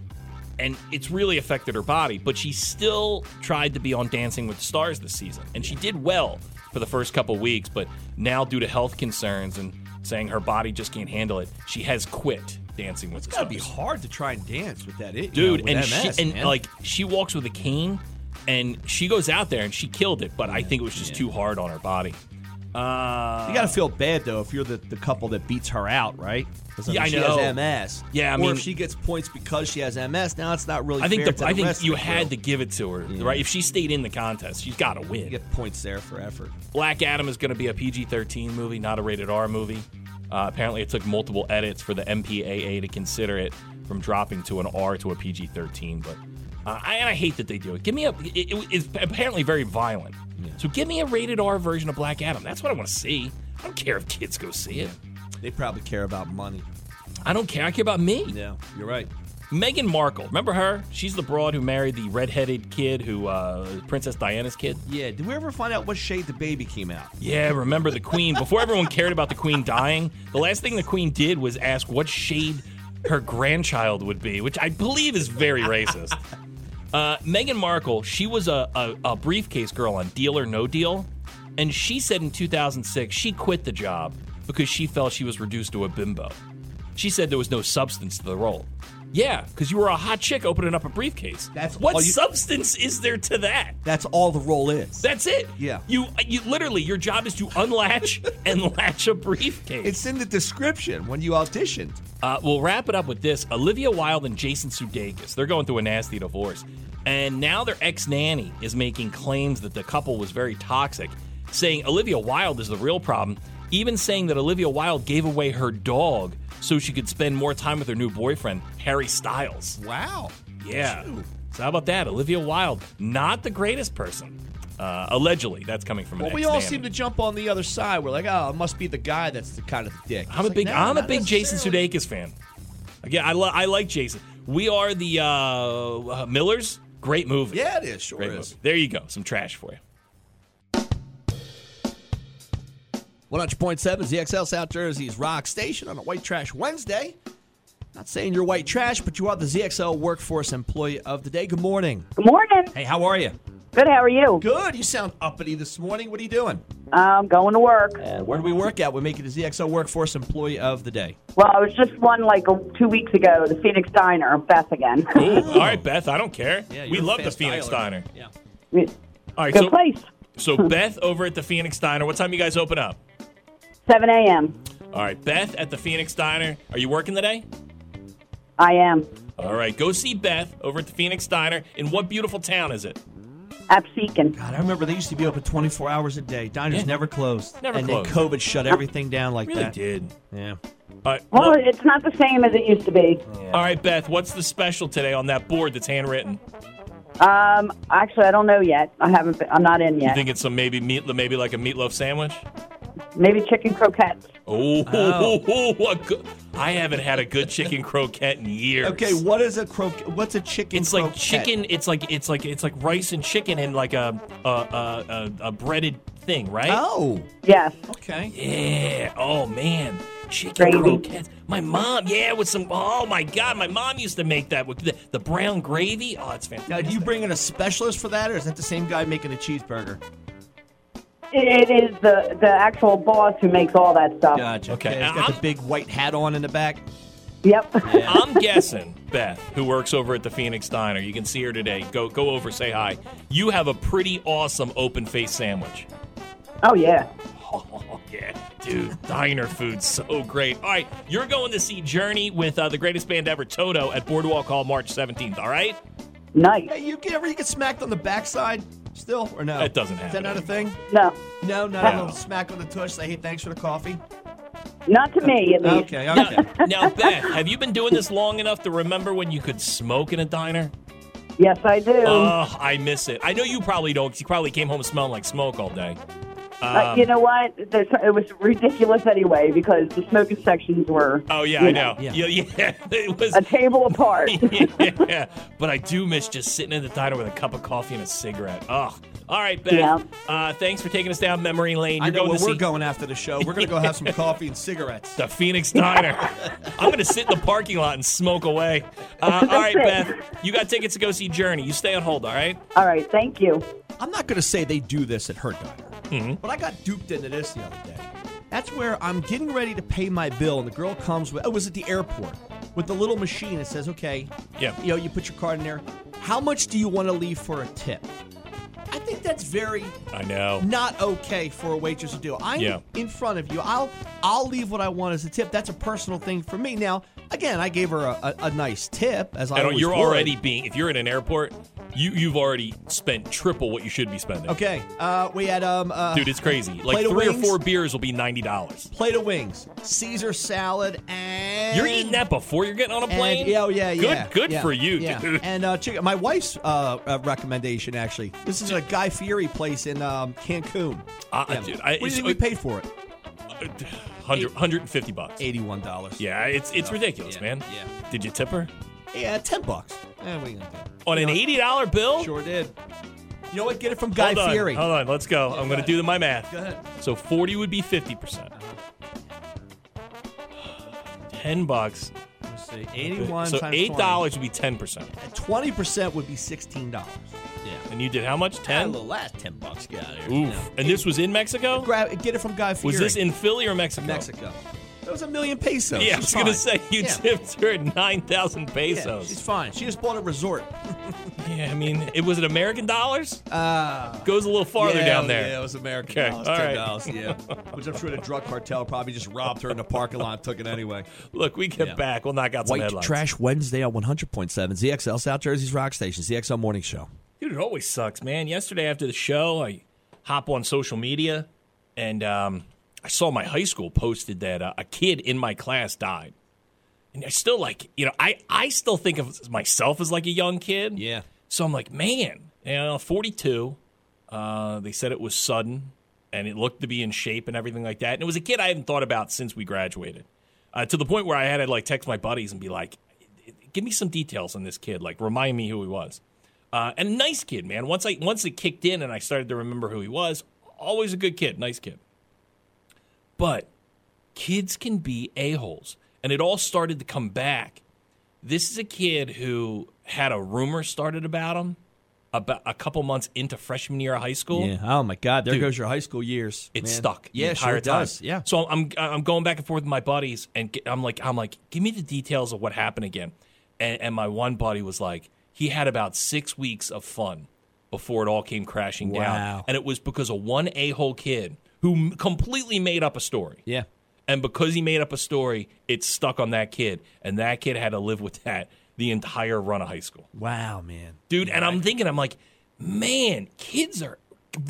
[SPEAKER 2] and it's really affected her body. But she still tried to be on Dancing with the Stars this season, and she did well for the first couple weeks. But now, due to health concerns and saying her body just can't handle it, she has quit Dancing with the
[SPEAKER 1] It's gotta
[SPEAKER 2] Stars
[SPEAKER 1] be hard to try and dance with that. It,
[SPEAKER 2] dude
[SPEAKER 1] you know,
[SPEAKER 2] and
[SPEAKER 1] with MS,
[SPEAKER 2] she and
[SPEAKER 1] man.
[SPEAKER 2] like she walks with a cane and she goes out there and she killed it but i think it was just too hard on her body uh
[SPEAKER 1] you gotta feel bad though if you're the, the couple that beats her out, right? 'Cause,
[SPEAKER 2] Yeah, I
[SPEAKER 1] she
[SPEAKER 2] know.
[SPEAKER 1] has MS.
[SPEAKER 2] Yeah, I
[SPEAKER 1] or
[SPEAKER 2] mean-
[SPEAKER 1] if she gets points because she has MS, now it's not really.
[SPEAKER 2] i think
[SPEAKER 1] fair
[SPEAKER 2] the,
[SPEAKER 1] to the
[SPEAKER 2] i think
[SPEAKER 1] rest
[SPEAKER 2] you
[SPEAKER 1] of the
[SPEAKER 2] had to
[SPEAKER 1] crew.
[SPEAKER 2] give it to her right if she stayed in the contest she's got to win
[SPEAKER 1] You get points there for effort.
[SPEAKER 2] black adam is going to be a pg-13 movie not a rated r movie uh, apparently it took multiple edits for the mpaa to consider it from dropping to an r to a pg-13 but uh, I, and I hate that they do it. Give me a. It, it- it's apparently very violent. So give me a rated R version of Black Adam. That's what I want to see. I don't care if kids go see it.
[SPEAKER 1] They probably care about money.
[SPEAKER 2] I don't care. I care about me.
[SPEAKER 1] Yeah, you're right.
[SPEAKER 2] Meghan Markle. Remember her? She's the broad who married the redheaded kid who uh, Princess Diana's kid.
[SPEAKER 1] Yeah. Did we ever find out what shade the baby came out?
[SPEAKER 2] Yeah, remember the queen. Before everyone cared about the queen dying, the last thing the queen did was ask what shade her grandchild would be, which I believe is very racist. Uh, Meghan Markle, she was a, a, a briefcase girl on Deal or No Deal, and she said in 2006 she quit the job because she felt she was reduced to a bimbo. She said there was no substance to the role. Yeah, because you were a hot chick opening up a briefcase.
[SPEAKER 1] That's
[SPEAKER 2] what
[SPEAKER 1] all you-
[SPEAKER 2] substance is there to that?
[SPEAKER 1] That's all the role is.
[SPEAKER 2] That's it.
[SPEAKER 1] Yeah.
[SPEAKER 2] You you literally your job is to unlatch and latch a briefcase.
[SPEAKER 1] It's in the description when you auditioned.
[SPEAKER 2] Uh, we'll wrap it up with this. Olivia Wilde and Jason Sudeikis. They're going through a nasty divorce, and now their ex nanny is making claims that the couple was very toxic, saying Olivia Wilde is the real problem. Even saying that Olivia Wilde gave away her dog so she could spend more time with her new boyfriend Harry Styles.
[SPEAKER 1] Wow.
[SPEAKER 2] Yeah. So how about that? Olivia Wilde, not the greatest person. Uh, allegedly, that's coming from an
[SPEAKER 1] Well, we all
[SPEAKER 2] ex-nanny.
[SPEAKER 1] seem to jump on the other side. We're like, oh, it must be the guy that's the kind of the dick. It's
[SPEAKER 2] I'm a
[SPEAKER 1] like,
[SPEAKER 2] big
[SPEAKER 1] no,
[SPEAKER 2] I'm a
[SPEAKER 1] not
[SPEAKER 2] big Jason
[SPEAKER 1] necessarily.
[SPEAKER 2] Sudeikis fan. Again, I, lo- I like Jason. We are the uh, uh, Millers. Great movie.
[SPEAKER 1] Yeah, it is. Sure
[SPEAKER 2] Great
[SPEAKER 1] is.
[SPEAKER 2] movie. There you go. Some trash for you.
[SPEAKER 1] 100.7 ZXL South Jersey's Rock Station on a White Trash Wednesday. Not saying you're white trash, but you are the ZXL Workforce Employee of the Day. Good morning.
[SPEAKER 7] Good morning.
[SPEAKER 1] Hey, how are you?
[SPEAKER 7] Good. How are you?
[SPEAKER 1] Good. You sound uppity this morning. What are you doing?
[SPEAKER 7] I'm going to work.
[SPEAKER 1] And where do we work at? We make you the ZXL Workforce Employee of the Day.
[SPEAKER 7] Well, I was just one like a, two weeks ago. The Phoenix Diner, Beth again.
[SPEAKER 2] Cool. All right, Beth. I don't care. we
[SPEAKER 1] you're a
[SPEAKER 2] love the
[SPEAKER 1] fast
[SPEAKER 2] Phoenix
[SPEAKER 1] dialer.
[SPEAKER 2] Diner.
[SPEAKER 1] Yeah.
[SPEAKER 7] Good
[SPEAKER 2] All right. so,
[SPEAKER 7] place.
[SPEAKER 2] so Beth over at the Phoenix Diner. What time you guys open up?
[SPEAKER 7] 7 a.m.
[SPEAKER 2] All right, Beth at the Phoenix Diner. Are you working today?
[SPEAKER 7] I am
[SPEAKER 2] All right, go see Beth over at the Phoenix Diner. In what beautiful town is it?
[SPEAKER 7] Absecon.
[SPEAKER 1] God, I remember they used to be open 24 hours a day. Diners
[SPEAKER 2] Yeah.
[SPEAKER 1] never closed.
[SPEAKER 2] Never
[SPEAKER 1] and
[SPEAKER 2] closed.
[SPEAKER 1] then COVID shut everything down like
[SPEAKER 2] Really
[SPEAKER 1] that.
[SPEAKER 2] did.
[SPEAKER 1] Yeah.
[SPEAKER 2] All right,
[SPEAKER 7] Well,
[SPEAKER 2] what-
[SPEAKER 7] it's not the same as it used to be.
[SPEAKER 2] all right, Beth. What's the special today on that board that's handwritten?
[SPEAKER 7] Um, actually, I don't know yet. I haven't. Been, I'm not in
[SPEAKER 2] You
[SPEAKER 7] yet.
[SPEAKER 2] think it's some maybe meat, maybe like a meatloaf sandwich?
[SPEAKER 7] Maybe chicken croquettes.
[SPEAKER 2] Oh, a good, I haven't had a good chicken croquette in years.
[SPEAKER 1] Okay, what is a croquet? What's a chicken
[SPEAKER 2] It's like
[SPEAKER 1] croquette?
[SPEAKER 2] chicken. It's like it's like it's like rice and chicken and like a a a, a, a breaded thing, right?
[SPEAKER 1] Oh,
[SPEAKER 7] Yes.
[SPEAKER 1] okay.
[SPEAKER 2] Yeah. Oh man, chicken
[SPEAKER 7] Gravy.
[SPEAKER 2] croquettes. My mom, yeah, with some. Oh my god, my mom used to make that with the, the brown gravy. Oh, it's fantastic.
[SPEAKER 1] Now, do you bring in a specialist for that, or is that the same guy making a cheeseburger?
[SPEAKER 7] It, it is the the actual boss who makes all that stuff.
[SPEAKER 1] Gotcha.
[SPEAKER 2] Okay.
[SPEAKER 1] He's got
[SPEAKER 2] Uh,
[SPEAKER 1] the big white hat on in the back.
[SPEAKER 7] Yep.
[SPEAKER 2] I'm guessing Beth, who works over at the Phoenix Diner, you can see her today. Go go over, say hi. You have a pretty awesome open face sandwich.
[SPEAKER 7] oh yeah.
[SPEAKER 2] Oh yeah, dude, diner food's so great. All right, you're going to see Journey with uh, the greatest band ever, Toto, at Boardwalk Hall March 17th. All right,
[SPEAKER 7] Nice.
[SPEAKER 1] Hey, you get, ever you get smacked on the backside still or no?
[SPEAKER 2] That doesn't
[SPEAKER 1] Is
[SPEAKER 2] happen
[SPEAKER 1] that not a thing?
[SPEAKER 7] No.
[SPEAKER 1] No, not a
[SPEAKER 2] No.
[SPEAKER 1] little smack on the tush. Say, hey, thanks for the coffee.
[SPEAKER 7] Not to me, at least.
[SPEAKER 1] Okay, okay.
[SPEAKER 2] Now, Beth, have you been doing this long enough to remember when you could smoke in a diner?
[SPEAKER 7] Yes, I do.
[SPEAKER 2] Oh, I miss it. I know you probably don't 'cause you probably came home smelling like smoke all day.
[SPEAKER 7] Uh, you know what? The, it was ridiculous anyway because the smoking sections were
[SPEAKER 2] Oh, yeah,
[SPEAKER 7] you
[SPEAKER 2] I know. Yeah, yeah. It was.
[SPEAKER 7] a table apart.
[SPEAKER 2] yeah, but I do miss just sitting at the diner with a cup of coffee and a cigarette. Ugh. All right, Beth.
[SPEAKER 7] Yeah.
[SPEAKER 2] Uh, thanks for taking us down memory lane. You're
[SPEAKER 1] I know
[SPEAKER 2] going
[SPEAKER 1] where
[SPEAKER 2] to
[SPEAKER 1] we're
[SPEAKER 2] see
[SPEAKER 1] going after the show. We're gonna go have some coffee and cigarettes.
[SPEAKER 2] the Phoenix Diner. I'm going to sit in the parking lot and smoke away. Uh, all right,
[SPEAKER 7] it.
[SPEAKER 2] Beth. You got tickets to go see Journey. You stay on hold, all right?
[SPEAKER 7] All right, thank you.
[SPEAKER 1] I'm not going to say they do this at her diner,
[SPEAKER 2] Mm-hmm.
[SPEAKER 1] but I got duped into this the other day. That's where I'm getting ready to pay my bill, and the girl comes with, oh, it was at the airport, with the little machine that says, okay,
[SPEAKER 2] Yeah.
[SPEAKER 1] you know, you put your card in there. How much do you want to leave for a tip? I think that's very
[SPEAKER 2] I know.
[SPEAKER 1] not okay for a waitress to do. I'm
[SPEAKER 2] Yeah.
[SPEAKER 1] in front of you. I'll I'll leave what I want as a tip. That's a personal thing for me. Now, again, I gave her a, a, a nice tip as I,
[SPEAKER 2] I don't,
[SPEAKER 1] always
[SPEAKER 2] you're
[SPEAKER 1] would.
[SPEAKER 2] already being, if you're in an airport, you, you've already spent triple what you should be spending.
[SPEAKER 1] okay. Uh, we had um uh,
[SPEAKER 2] Dude, it's crazy. Like
[SPEAKER 1] Plate of
[SPEAKER 2] three or
[SPEAKER 1] wings?
[SPEAKER 2] four beers will be $90.
[SPEAKER 1] plate of wings, Caesar salad, and
[SPEAKER 2] You're eating that before you're getting on a
[SPEAKER 1] and-
[SPEAKER 2] plane?
[SPEAKER 1] yeah, oh, yeah,
[SPEAKER 2] Good-
[SPEAKER 1] yeah.
[SPEAKER 2] good
[SPEAKER 1] yeah,
[SPEAKER 2] for you,
[SPEAKER 1] yeah.
[SPEAKER 2] dude.
[SPEAKER 1] And uh, chicken, my wife's uh, uh, recommendation actually. This is a Guy Fieri place in um, Cancun.
[SPEAKER 2] Uh,
[SPEAKER 1] Yeah.
[SPEAKER 2] dude, I-
[SPEAKER 1] what do you
[SPEAKER 2] it's-
[SPEAKER 1] think we paid for it?
[SPEAKER 2] Uh, 100, 150 bucks.
[SPEAKER 1] Eighty-one dollars.
[SPEAKER 2] Yeah, it's it's ridiculous,
[SPEAKER 1] Yeah,
[SPEAKER 2] man.
[SPEAKER 1] yeah.
[SPEAKER 2] Did you tip her
[SPEAKER 1] yeah, ten bucks. Eh, what are you gonna do?
[SPEAKER 2] on an eighty dollar bill?
[SPEAKER 1] Oh. Sure did. You know what? Get it from Guy
[SPEAKER 2] Hold on,
[SPEAKER 1] Fieri.
[SPEAKER 2] hold on. Let's go. I'm gonna
[SPEAKER 1] ahead.
[SPEAKER 2] do the, my math.
[SPEAKER 1] Go ahead.
[SPEAKER 2] So forty would be fifty percent. Ten bucks.
[SPEAKER 1] Let's see. 81
[SPEAKER 2] so
[SPEAKER 1] times
[SPEAKER 2] eight dollars would be ten percent.
[SPEAKER 1] 20 percent would be $16. Yeah.
[SPEAKER 2] And you did how much? Ten. Oof.
[SPEAKER 1] last 10 bucks get out of
[SPEAKER 2] And this was in Mexico.
[SPEAKER 1] Grab, get it from Guy Fieri.
[SPEAKER 2] Was this in Philly or Mexico?
[SPEAKER 1] Mexico? That was a million pesos.
[SPEAKER 2] Yeah, I was
[SPEAKER 1] She's
[SPEAKER 2] gonna
[SPEAKER 1] fine.
[SPEAKER 2] say you
[SPEAKER 1] Yeah.
[SPEAKER 2] tipped her nine thousand
[SPEAKER 1] Yeah, she's
[SPEAKER 2] pesos.
[SPEAKER 1] fine. She just bought a resort.
[SPEAKER 2] Yeah, I mean, it was it American dollars?
[SPEAKER 1] Uh,
[SPEAKER 2] Goes a little farther
[SPEAKER 1] yeah,
[SPEAKER 2] down there.
[SPEAKER 1] Yeah, it was American
[SPEAKER 2] Okay,
[SPEAKER 1] dollars,
[SPEAKER 2] all right.
[SPEAKER 1] ten dollars. Yeah, which I'm sure the drug cartel probably just robbed her in the parking lot and took it anyway.
[SPEAKER 2] Look, we get
[SPEAKER 1] Yeah.
[SPEAKER 2] back. We'll knock out some
[SPEAKER 1] White
[SPEAKER 2] headlines.
[SPEAKER 1] Trash Wednesday on 100.7 ZXL South Jersey's Rock Station ZXL Morning Show.
[SPEAKER 2] Dude, it always sucks, man. Yesterday after the show, I hop on social media and um, I saw my high school posted that uh, a kid in my class died. And I still like, you know, I, I still think of myself as like a young kid.
[SPEAKER 1] Yeah.
[SPEAKER 2] So I'm like, man, you know, 42. Uh, they said it was sudden and it looked to be in shape and everything like that. And it was a kid I hadn't thought about since we graduated uh, to the point where I had to like text my buddies and be like, give me some details on this kid. Like, remind me who he was. Uh, and a nice kid, man. Once I once it kicked in and I started to remember who he was, always a good kid, nice kid. But kids can be a-holes. And it all started to come back. This is a kid who had a rumor started about him about a couple months into freshman year of high school.
[SPEAKER 1] Yeah. Oh my God. There
[SPEAKER 2] Dude.
[SPEAKER 1] goes your high school years.
[SPEAKER 2] It
[SPEAKER 1] man.
[SPEAKER 2] stuck. the
[SPEAKER 1] Yeah, sure
[SPEAKER 2] entire
[SPEAKER 1] it does.
[SPEAKER 2] time.
[SPEAKER 1] Yeah.
[SPEAKER 2] So I'm I'm going back and forth with my buddies, and ge- I'm like I'm like, give me the details of what happened again. And, and my one buddy was like, he had about six weeks of fun before it all came crashing down,
[SPEAKER 1] Wow.
[SPEAKER 2] and it was because of one a hole kid who m- completely made up a story.
[SPEAKER 1] yeah.
[SPEAKER 2] And because he made up a story, it stuck on that kid, and that kid had to live with that the entire run of high school
[SPEAKER 1] Wow, man.
[SPEAKER 2] dude. And I'm thinking, I'm like, man, kids are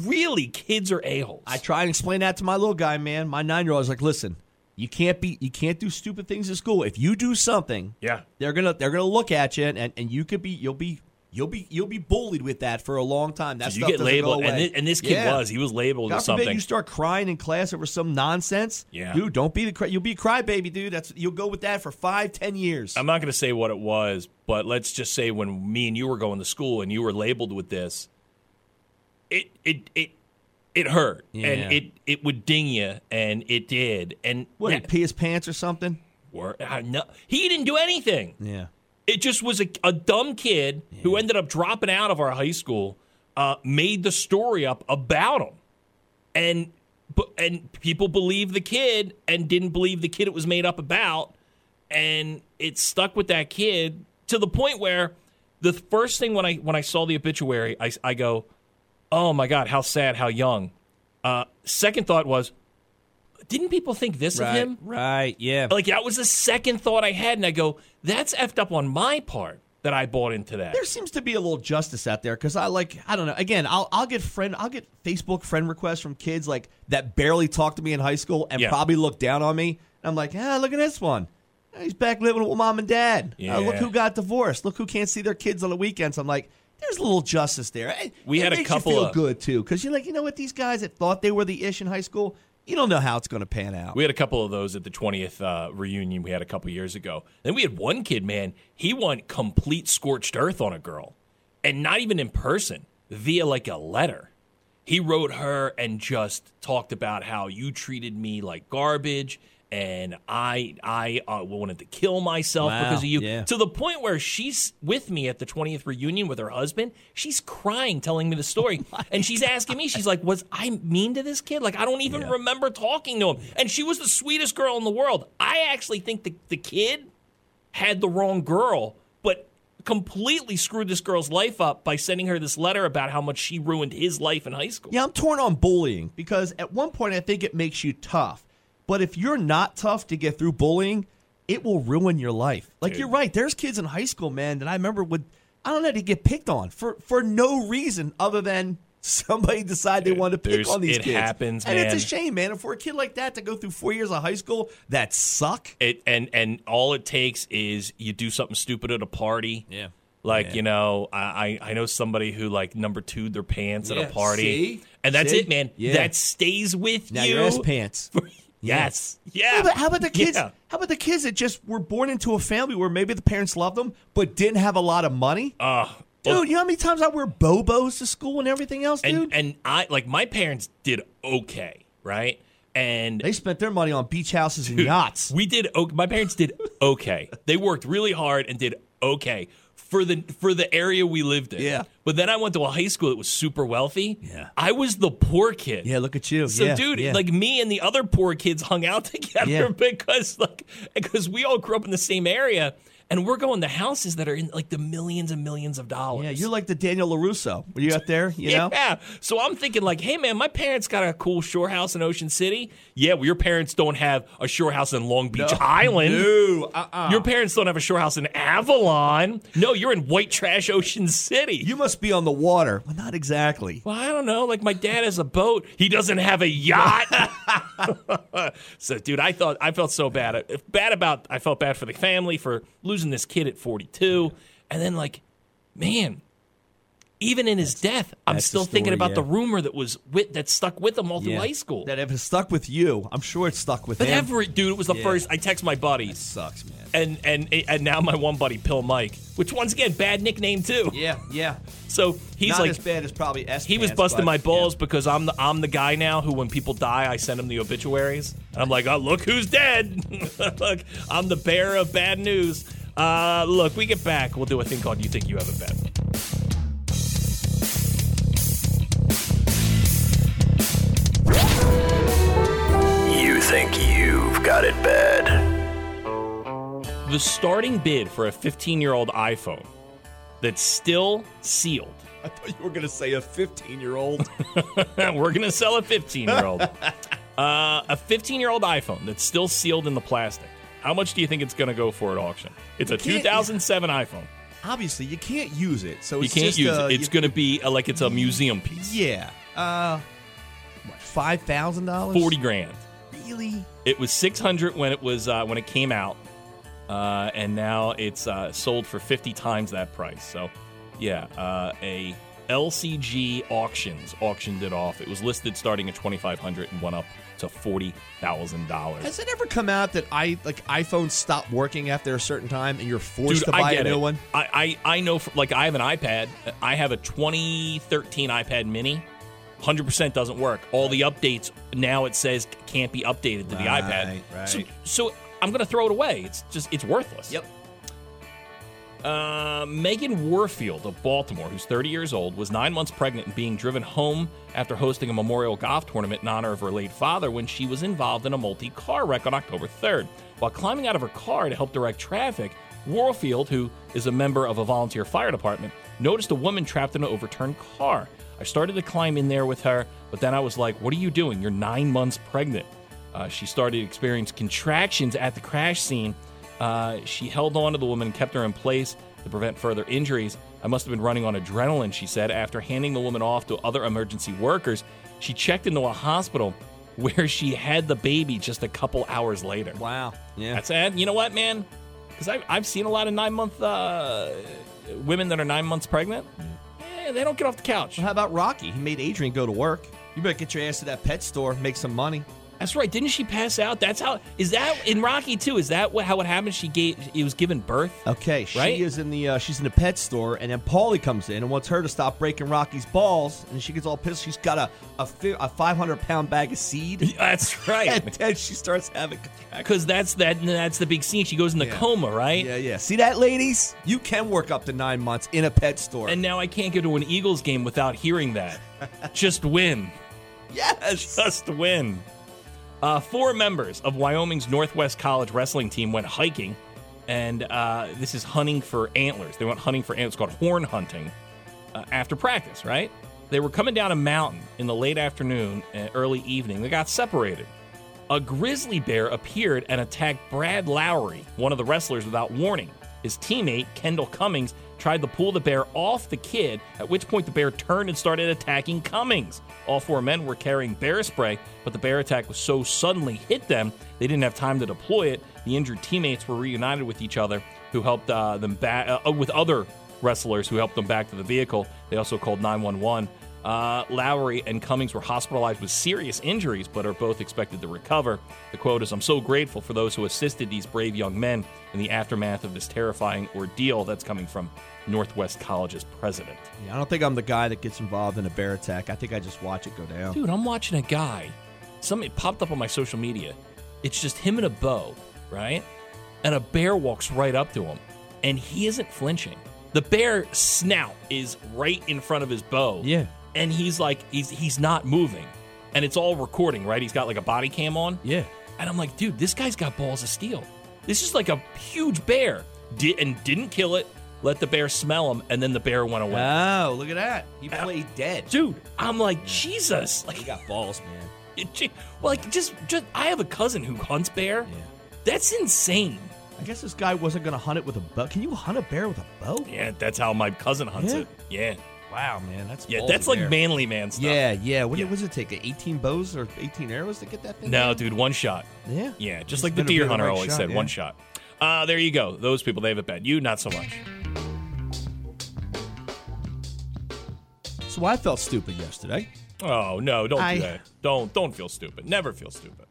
[SPEAKER 2] really kids are a holes.
[SPEAKER 1] I try and explain that to my little guy, man. My nine year old is like, listen, you can't be, you can't do stupid things at school. If you do something,
[SPEAKER 2] Yeah.
[SPEAKER 1] they're gonna, they're gonna look at you, and and you could be, you'll be. You'll be you'll be bullied with that for a long time. That
[SPEAKER 2] Did you
[SPEAKER 1] stuff
[SPEAKER 2] get
[SPEAKER 1] doesn't go
[SPEAKER 2] labeled, and
[SPEAKER 1] away.
[SPEAKER 2] this, and this kid
[SPEAKER 1] Yeah.
[SPEAKER 2] was he was labeled
[SPEAKER 1] God
[SPEAKER 2] or
[SPEAKER 1] forbid
[SPEAKER 2] something.
[SPEAKER 1] you start crying in class over some nonsense.
[SPEAKER 2] Yeah.
[SPEAKER 1] dude, don't be the cry. You'll be a crybaby, dude. That's you'll go with that for five, ten years.
[SPEAKER 2] I'm not going to say what it was, but let's just say when me and you were going to school and you were labeled with this, it it it it hurt,
[SPEAKER 1] Yeah.
[SPEAKER 2] and it it would ding you, and it did, and
[SPEAKER 1] what did
[SPEAKER 2] that-
[SPEAKER 1] he pee his pants or something?
[SPEAKER 2] wor- I know- he didn't do anything.
[SPEAKER 1] Yeah,
[SPEAKER 2] It just was a, a dumb kid who ended up dropping out of our high school, uh, made the story up about him, and bu- and people believed the kid and didn't believe the kid it was made up about, and it stuck with that kid to the point where the first thing when I when I saw the obituary, I I go, oh my god, how sad, how young. Uh, second thought was, didn't people think this of him?
[SPEAKER 1] right, yeah.
[SPEAKER 2] Like that was the second thought I had, and I go, "That's effed up on my part that I bought into that.
[SPEAKER 1] There seems to be a little justice out there because I like I don't know. Again, I'll I'll get friend I'll get Facebook friend requests from kids like that barely talked to me in high school and
[SPEAKER 2] Yeah.
[SPEAKER 1] probably looked down on me. And I'm like, ah, look at this one. Ah, He's back living with mom and dad. Ah, look
[SPEAKER 2] Yeah.
[SPEAKER 1] who got divorced. Look who can't see their kids on the weekends. I'm like, there's a little justice there. It-
[SPEAKER 2] We
[SPEAKER 1] it
[SPEAKER 2] had a
[SPEAKER 1] makes
[SPEAKER 2] couple
[SPEAKER 1] you feel
[SPEAKER 2] of-
[SPEAKER 1] good too because you're like, you know what? These guys that thought they were the ish in high school, you don't know how it's going to pan out.
[SPEAKER 2] We had a couple of those at the 20th uh, reunion we had a couple years ago. Then we had one kid, man, he won complete scorched earth on a girl and not even in person, via like a letter. He wrote her and just talked about how you treated me like garbage and I I uh, wanted to kill myself
[SPEAKER 1] Wow,
[SPEAKER 2] because of you.
[SPEAKER 1] yeah.
[SPEAKER 2] To the point where she's with me at the 20th reunion with her husband. She's crying telling me the story.
[SPEAKER 1] Oh
[SPEAKER 2] and she's asking me, she's like, Was I mean to this kid? Like, I don't even remember talking to him. And she was the sweetest girl in the world. I actually think the, the kid had the wrong girl, but completely screwed this girl's life up by sending her this letter about how much she ruined his life in high school.
[SPEAKER 1] Yeah, I'm torn on bullying because at one point I think it makes you tough. But if you're not tough to get through bullying, it will ruin your life. Like
[SPEAKER 2] Dude.
[SPEAKER 1] you're right. There's kids in high school, man, that I remember would I don't know, they get picked on for for no reason other than somebody decided they wanted to pick
[SPEAKER 2] there's-
[SPEAKER 1] on these
[SPEAKER 2] it
[SPEAKER 1] kids.
[SPEAKER 2] happens,
[SPEAKER 1] and it's
[SPEAKER 2] man.
[SPEAKER 1] a shame, man. And for a kid like that to go through four years of high school that suck.
[SPEAKER 2] It and and all it takes is you do something stupid at a party.
[SPEAKER 1] Yeah.
[SPEAKER 2] Like, you know, I, I I know somebody who like number two their pants
[SPEAKER 1] Yeah,
[SPEAKER 2] at a party.
[SPEAKER 1] see?
[SPEAKER 2] And that's
[SPEAKER 1] See?
[SPEAKER 2] it, man.
[SPEAKER 1] Yeah.
[SPEAKER 2] That stays with
[SPEAKER 1] Now
[SPEAKER 2] you.
[SPEAKER 1] your ass pants.
[SPEAKER 2] yes. Yeah.
[SPEAKER 1] Yeah, but how about the kids?
[SPEAKER 2] Yeah.
[SPEAKER 1] How about the kids that just were born into a family where maybe the parents loved them but didn't have a lot of money?
[SPEAKER 2] Ugh.
[SPEAKER 1] Dude, you know how many times I wear Bobos to school and everything else, dude?
[SPEAKER 2] and and I like my parents did okay, right? And
[SPEAKER 1] they spent their money on beach houses and yachts.
[SPEAKER 2] We did. o- My parents did okay. they worked really hard and did okay for the for the area we lived in.
[SPEAKER 1] Yeah.
[SPEAKER 2] But then I went to a high school that was super wealthy.
[SPEAKER 1] Yeah.
[SPEAKER 2] I was the poor kid.
[SPEAKER 1] Yeah, look at you.
[SPEAKER 2] So,
[SPEAKER 1] Yeah,
[SPEAKER 2] dude,
[SPEAKER 1] yeah.
[SPEAKER 2] like me and the other poor kids hung out together
[SPEAKER 1] Yeah.
[SPEAKER 2] because, like, because we all grew up in the same area, and we're going to houses that are in like the millions and millions of dollars.
[SPEAKER 1] Yeah, you're like the Daniel LaRusso. Were you out there? You
[SPEAKER 2] yeah.
[SPEAKER 1] know?
[SPEAKER 2] So I'm thinking like, hey man, my parents got a cool shore house in Ocean City. Yeah, well, your parents don't have a shore house in Long Beach Island.
[SPEAKER 1] No, uh-uh.
[SPEAKER 2] Your parents don't have a shore house in Avalon. No, you're in white trash Ocean City.
[SPEAKER 1] You must be on the water. Well, not exactly.
[SPEAKER 2] well, I don't know. Like my dad has a boat. He doesn't have a yacht. so, dude, I thought I felt so bad. Bad about I felt bad for the family for losing this kid at 42, and then like, man, even in his death, I'm
[SPEAKER 1] that's the
[SPEAKER 2] still thinking
[SPEAKER 1] story,
[SPEAKER 2] about the
[SPEAKER 1] yeah.
[SPEAKER 2] rumor that was with that stuck with him all through
[SPEAKER 1] Yeah.
[SPEAKER 2] high school.
[SPEAKER 1] That if it stuck with you, I'm sure it stuck with
[SPEAKER 2] but
[SPEAKER 1] him.
[SPEAKER 2] every dude, it was the
[SPEAKER 1] Yeah.
[SPEAKER 2] first I text my buddies.
[SPEAKER 1] sucks, man.
[SPEAKER 2] and and and now my one buddy Pill Mike, which once again bad nickname too.
[SPEAKER 1] Yeah, yeah.
[SPEAKER 2] So he's
[SPEAKER 1] not
[SPEAKER 2] like
[SPEAKER 1] as bad as probably S.
[SPEAKER 2] he was
[SPEAKER 1] pants,
[SPEAKER 2] busting
[SPEAKER 1] but-
[SPEAKER 2] my balls
[SPEAKER 1] yeah.
[SPEAKER 2] because I'm the I'm the guy now who when people die I send them the obituaries and I'm like oh look who's dead look I'm the bearer of bad news. Uh, look, we get back. We'll do a thing called "You Think You Have a Bet."
[SPEAKER 8] You think you've got it bad.
[SPEAKER 2] The starting bid for a 15-year-old iPhone that's still sealed.
[SPEAKER 1] I thought you were gonna say a 15 year old.
[SPEAKER 2] We're gonna sell a 15-year-old. Uh, a 15 year old iPhone that's still sealed in the plastic. How much do you think it's going to go for at auction? It's a
[SPEAKER 1] can't-
[SPEAKER 2] 2007 iPhone.
[SPEAKER 1] Obviously, you can't use it, so
[SPEAKER 2] You
[SPEAKER 1] it's
[SPEAKER 2] can't
[SPEAKER 1] just
[SPEAKER 2] use
[SPEAKER 1] a-
[SPEAKER 2] it. It's
[SPEAKER 1] you-
[SPEAKER 2] going to be uh like it's a museum piece.
[SPEAKER 1] Yeah. Uh, what, five thousand dollars?
[SPEAKER 2] 40 grand.
[SPEAKER 1] Really?
[SPEAKER 2] It was 600 when it was uh, when it came out, uh, and now it's uh, sold for 50 times that price. So, yeah, uh, a LCG auctions auctioned it off. It was listed starting at 2,500 and went up to forty thousand dollars.
[SPEAKER 1] Has it ever come out that I like iPhones stop working after a certain time and you're forced
[SPEAKER 2] Dude,
[SPEAKER 1] to buy
[SPEAKER 2] I get
[SPEAKER 1] a new
[SPEAKER 2] it.
[SPEAKER 1] one?
[SPEAKER 2] I, I, I know, for, like, I have an iPad. I have a 2013 iPad mini. 100% doesn't work. All the updates, now it says can't be updated to the
[SPEAKER 1] Right,
[SPEAKER 2] iPad. So,
[SPEAKER 1] right.
[SPEAKER 2] so I'm going to throw it away. It's just, it's worthless.
[SPEAKER 1] Yep.
[SPEAKER 2] Uh, Megan Warfield of Baltimore, who's 30 years old, was nine months pregnant and being driven home after hosting a memorial golf tournament in honor of her late father when she was involved in a multi car wreck on October 3rd. While climbing out of her car to help direct traffic, Warfield, who is a member of a volunteer fire department, noticed a woman trapped in an overturned car. I started to climb in there with her, but then I was like, What are you doing? You're nine months pregnant. Uh, she started to experience contractions at the crash scene. Uh, she held on to the woman and kept her in place. to prevent further injuries. I must have been running on adrenaline, she said. After handing the woman off to other emergency workers, she checked into a hospital where she had the baby just a couple hours later.
[SPEAKER 1] Wow. Yeah.
[SPEAKER 2] That's and you know what, man? Because I've, I've seen a lot of nine month uh, women that are nine months pregnant. Eh, they don't get off the couch.
[SPEAKER 1] Well, how about Rocky? He made Adrian go to work. You better get your ass to that pet store, make some money.
[SPEAKER 2] That's right. Didn't she pass out? That's how. Is that in Rocky too? Is that what how it happened? She gave. It was given birth.
[SPEAKER 1] Okay, she
[SPEAKER 2] Right?
[SPEAKER 1] is in the uh, she's in the pet store, and then Paulie comes in and wants her to stop breaking Rocky's balls, and she gets all pissed. She's got a a, fi- a five hundred pound bag of seed,
[SPEAKER 2] That's
[SPEAKER 1] and
[SPEAKER 2] right.
[SPEAKER 1] then she starts having.
[SPEAKER 2] Because that's that. That's the big scene. She goes in the coma, right?
[SPEAKER 1] Yeah, yeah. See that, ladies? You can work up to nine months in a pet store.
[SPEAKER 2] And now I can't go to an Eagles game without hearing that. Just win.
[SPEAKER 1] yes,
[SPEAKER 2] Just win. Uh, four members of Wyoming's Northwest College wrestling team went hiking, and uh, this is hunting for antlers. They went hunting for antlers. It's called horn hunting uh, after practice, right? They were coming down a mountain in the late afternoon and early evening. They got separated. A grizzly bear appeared and attacked Brad Lowry, one of the wrestlers, without warning. His teammate, Kendall Cummings, tried to pull the bear off the kid, at which point the bear turned and started attacking Cummings. All four men were carrying bear spray, but the bear attack was so suddenly hit them, they didn't have time to deploy it. The injured teammates were reunited with each other, who helped uh, them back uh, with other wrestlers who helped them back to the vehicle. They also called 911. Uh, Lowry and Cummings were hospitalized with serious injuries, but are both expected to recover. The quote is I'm so grateful for those who assisted these brave young men in the aftermath of this terrifying ordeal. That's coming from Northwest College's president.
[SPEAKER 1] Yeah, I don't think I'm the guy that gets involved in a bear attack. I think I just watch it go down.
[SPEAKER 2] Dude, I'm watching a guy. Something it popped up on my social media. It's just him and a bow, right? And a bear walks right up to him, and he isn't flinching. The bear snout is right in front of his bow.
[SPEAKER 1] Yeah.
[SPEAKER 2] And he's like, he's he's not moving. And it's all recording, right? He's got like a body cam on.
[SPEAKER 1] Yeah.
[SPEAKER 2] And I'm like, dude, this guy's got balls of steel. This is like a huge bear. Di- and didn't kill it, let the bear smell him, and then the bear went away.
[SPEAKER 1] Oh, look at that. He played dead.
[SPEAKER 2] dude, I'm like, Jesus. Like,
[SPEAKER 1] You got balls, man.
[SPEAKER 2] it- gee, well, like just just I have a cousin who hunts bear.
[SPEAKER 1] Yeah.
[SPEAKER 2] That's insane.
[SPEAKER 1] I guess this guy wasn't going to hunt it with a bow. Can you hunt a bear with a bow?
[SPEAKER 2] Yeah, that's how my cousin hunts
[SPEAKER 1] Yeah.
[SPEAKER 2] it. Yeah.
[SPEAKER 1] Wow, man. That's
[SPEAKER 2] Yeah,
[SPEAKER 1] ballsy
[SPEAKER 2] that's like
[SPEAKER 1] bear.
[SPEAKER 2] manly man stuff.
[SPEAKER 1] Yeah, yeah. What
[SPEAKER 2] Yeah.
[SPEAKER 1] was it take? 18 bows or 18 arrows to get that thing?
[SPEAKER 2] No,
[SPEAKER 1] down?
[SPEAKER 2] dude, one shot.
[SPEAKER 1] Yeah.
[SPEAKER 2] Yeah,
[SPEAKER 1] He's
[SPEAKER 2] just like the
[SPEAKER 1] gonna be
[SPEAKER 2] deer
[SPEAKER 1] the
[SPEAKER 2] hunter
[SPEAKER 1] right
[SPEAKER 2] always
[SPEAKER 1] shot,
[SPEAKER 2] said,
[SPEAKER 1] yeah.
[SPEAKER 2] one shot. Uh, there you go. Those people, they have it bad. You, not so much.
[SPEAKER 1] So I felt stupid yesterday.
[SPEAKER 2] Oh no, don't
[SPEAKER 1] I-
[SPEAKER 2] do that. Don't don't feel stupid. Never feel stupid.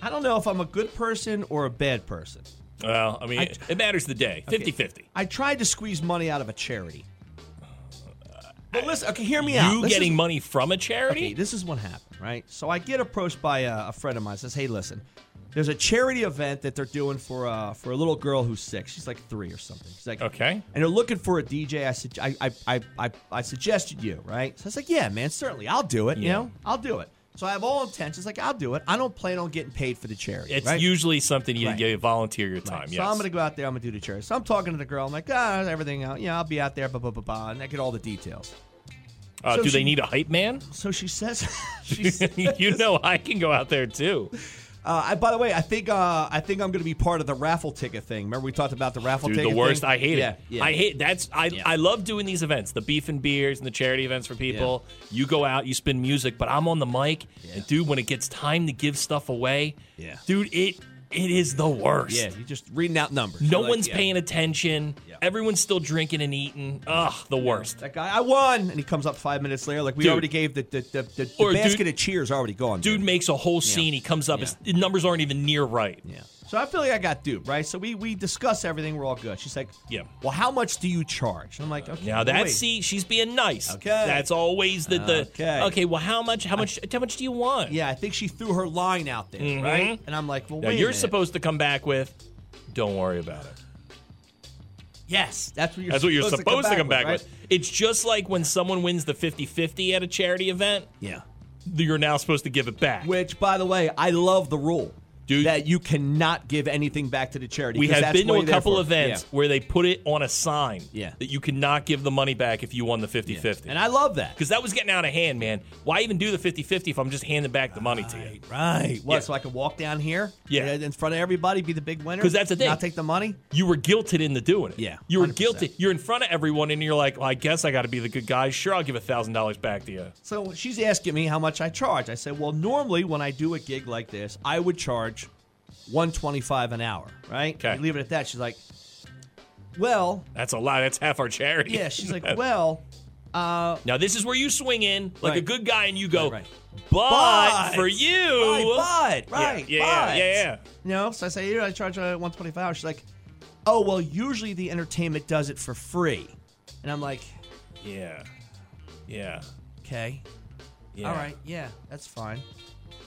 [SPEAKER 1] I don't know if I'm a good person or a bad person.
[SPEAKER 2] Well, I mean,
[SPEAKER 1] I-
[SPEAKER 2] it, it matters the day. 50-50.
[SPEAKER 1] I tried to squeeze money out of a charity. But listen, okay, hear me out.
[SPEAKER 2] You
[SPEAKER 1] This is-
[SPEAKER 2] getting money from a charity?
[SPEAKER 1] Okay, this is what happened, right? So I get approached by a, a friend of mine. Says, "Hey, listen, there's a charity event that they're doing for uh, for a little girl who's six. She's like three or something. She's like,
[SPEAKER 2] Okay.
[SPEAKER 1] And they're looking for a DJ. I sug- I, I, I, I, I suggested you, right? So I was like, yeah, man, certainly, I'll do it. You
[SPEAKER 2] Yeah.
[SPEAKER 1] know, I'll do it. So I have all intentions. Like, I'll do it. I don't plan on getting paid for the charity.
[SPEAKER 2] it's
[SPEAKER 1] right?
[SPEAKER 2] usually something you,
[SPEAKER 1] Right.
[SPEAKER 2] you volunteer your time.
[SPEAKER 1] Right.
[SPEAKER 2] Yes.
[SPEAKER 1] So I'm gonna go out there. I'm gonna do the charity. So I'm talking to the girl. I'm like, ah, everything out. Yeah, I'll be out there. Blah blah blah blah. And I get all the details.
[SPEAKER 2] uh,
[SPEAKER 1] so
[SPEAKER 2] do they
[SPEAKER 1] she-
[SPEAKER 2] need a hype man?
[SPEAKER 1] So she says, she says
[SPEAKER 2] you know I can go out there too.
[SPEAKER 1] Uh, I, by the way, I think uh, I think I'm going to be part of the raffle ticket thing. Remember we talked about the raffle
[SPEAKER 2] Dude,
[SPEAKER 1] ticket?
[SPEAKER 2] the worst.
[SPEAKER 1] thing?
[SPEAKER 2] I hate
[SPEAKER 1] yeah,
[SPEAKER 2] it.
[SPEAKER 1] Yeah.
[SPEAKER 2] I hate that's I I love doing these events, the beef and beers and the charity events for people. You go out, you spin music, but I'm on the mic. And dude, when it gets time to give stuff away,
[SPEAKER 1] Yeah.
[SPEAKER 2] dude, it it is the worst.
[SPEAKER 1] Yeah, you just reading out numbers.
[SPEAKER 2] No
[SPEAKER 1] You're like,
[SPEAKER 2] one's
[SPEAKER 1] yeah.
[SPEAKER 2] paying attention.
[SPEAKER 1] Yeah.
[SPEAKER 2] Everyone's still drinking and eating. Ugh, the worst.
[SPEAKER 1] That guy, I won, and he comes up five minutes later. Like we
[SPEAKER 2] Dude.
[SPEAKER 1] already gave the the, the, the, the
[SPEAKER 2] Or dude-
[SPEAKER 1] basket of cheers already gone.
[SPEAKER 2] Dude makes a whole scene. He comes up. His numbers aren't even near right.
[SPEAKER 1] Yeah. So I feel like I got duped, right? So we we discuss everything. We're all good. She's like,
[SPEAKER 2] Yeah.
[SPEAKER 1] Well, how much do you charge? And I'm like, okay.
[SPEAKER 2] Now
[SPEAKER 1] well,
[SPEAKER 2] that's
[SPEAKER 1] wait.
[SPEAKER 2] see, she's being nice.
[SPEAKER 1] Okay.
[SPEAKER 2] That's always the, the
[SPEAKER 1] Okay.
[SPEAKER 2] okay. Well, how much? How much? how much do you want?
[SPEAKER 1] Yeah, I think she threw her line out there, right? And I'm like, well,
[SPEAKER 2] Mm-hmm. Now
[SPEAKER 1] wait. a
[SPEAKER 2] you're
[SPEAKER 1] minute.
[SPEAKER 2] supposed to come back with, don't worry about it.
[SPEAKER 1] Yes, that's what you're.
[SPEAKER 2] That's what you're supposed, to come back, with,
[SPEAKER 1] right?
[SPEAKER 2] It's just like when someone wins the 50 50 at a charity event,
[SPEAKER 1] Yeah.
[SPEAKER 2] you're now supposed to give it back.
[SPEAKER 1] Which, by the way, I love the rule. that you cannot give anything back to the charity.
[SPEAKER 2] We
[SPEAKER 1] 'cause
[SPEAKER 2] have
[SPEAKER 1] that's
[SPEAKER 2] been to
[SPEAKER 1] what
[SPEAKER 2] a
[SPEAKER 1] you're there
[SPEAKER 2] couple
[SPEAKER 1] for.
[SPEAKER 2] events
[SPEAKER 1] Yeah.
[SPEAKER 2] where they put it on a sign
[SPEAKER 1] Yeah.
[SPEAKER 2] that you cannot give the money back if you won the 50 50.
[SPEAKER 1] And I love that.
[SPEAKER 2] Because that was getting out of hand, man. Why even do the 50 50 if I'm just handing back the money to you?
[SPEAKER 1] Right. What?
[SPEAKER 2] Yeah.
[SPEAKER 1] So I can walk down here,
[SPEAKER 2] Yeah.
[SPEAKER 1] in front of everybody, be the big winner.
[SPEAKER 2] 'Cause that's the thing.
[SPEAKER 1] Not take the money.
[SPEAKER 2] You were guilted into doing it.
[SPEAKER 1] Yeah,
[SPEAKER 2] You were
[SPEAKER 1] 100%.
[SPEAKER 2] guilty. You're in front of everyone and you're like, well, I guess I got to be the good guy. Sure, I'll give $1,000 back to you.
[SPEAKER 1] So she's asking me how much I charge. I said, well, normally when I do a gig like this, I would charge 125 an hour, right?
[SPEAKER 2] Okay.
[SPEAKER 1] You leave it at that. She's like, well,
[SPEAKER 2] That's a lot. That's half our charity.
[SPEAKER 1] yeah. She's like, well, uh,
[SPEAKER 2] Now, this is where you swing in like a
[SPEAKER 1] Right.
[SPEAKER 2] good guy and you go,
[SPEAKER 1] Right, right.
[SPEAKER 2] But,
[SPEAKER 1] But-
[SPEAKER 2] for you.
[SPEAKER 1] Right, but, right,
[SPEAKER 2] Yeah, yeah,
[SPEAKER 1] but.
[SPEAKER 2] yeah, yeah.
[SPEAKER 1] You know, so I say, yeah, I charge uh, 125 hours. She's like, oh, well, usually the entertainment does it for free. And I'm like,
[SPEAKER 2] Yeah. Yeah.
[SPEAKER 1] okay,
[SPEAKER 2] Yeah.
[SPEAKER 1] all right, yeah, that's fine.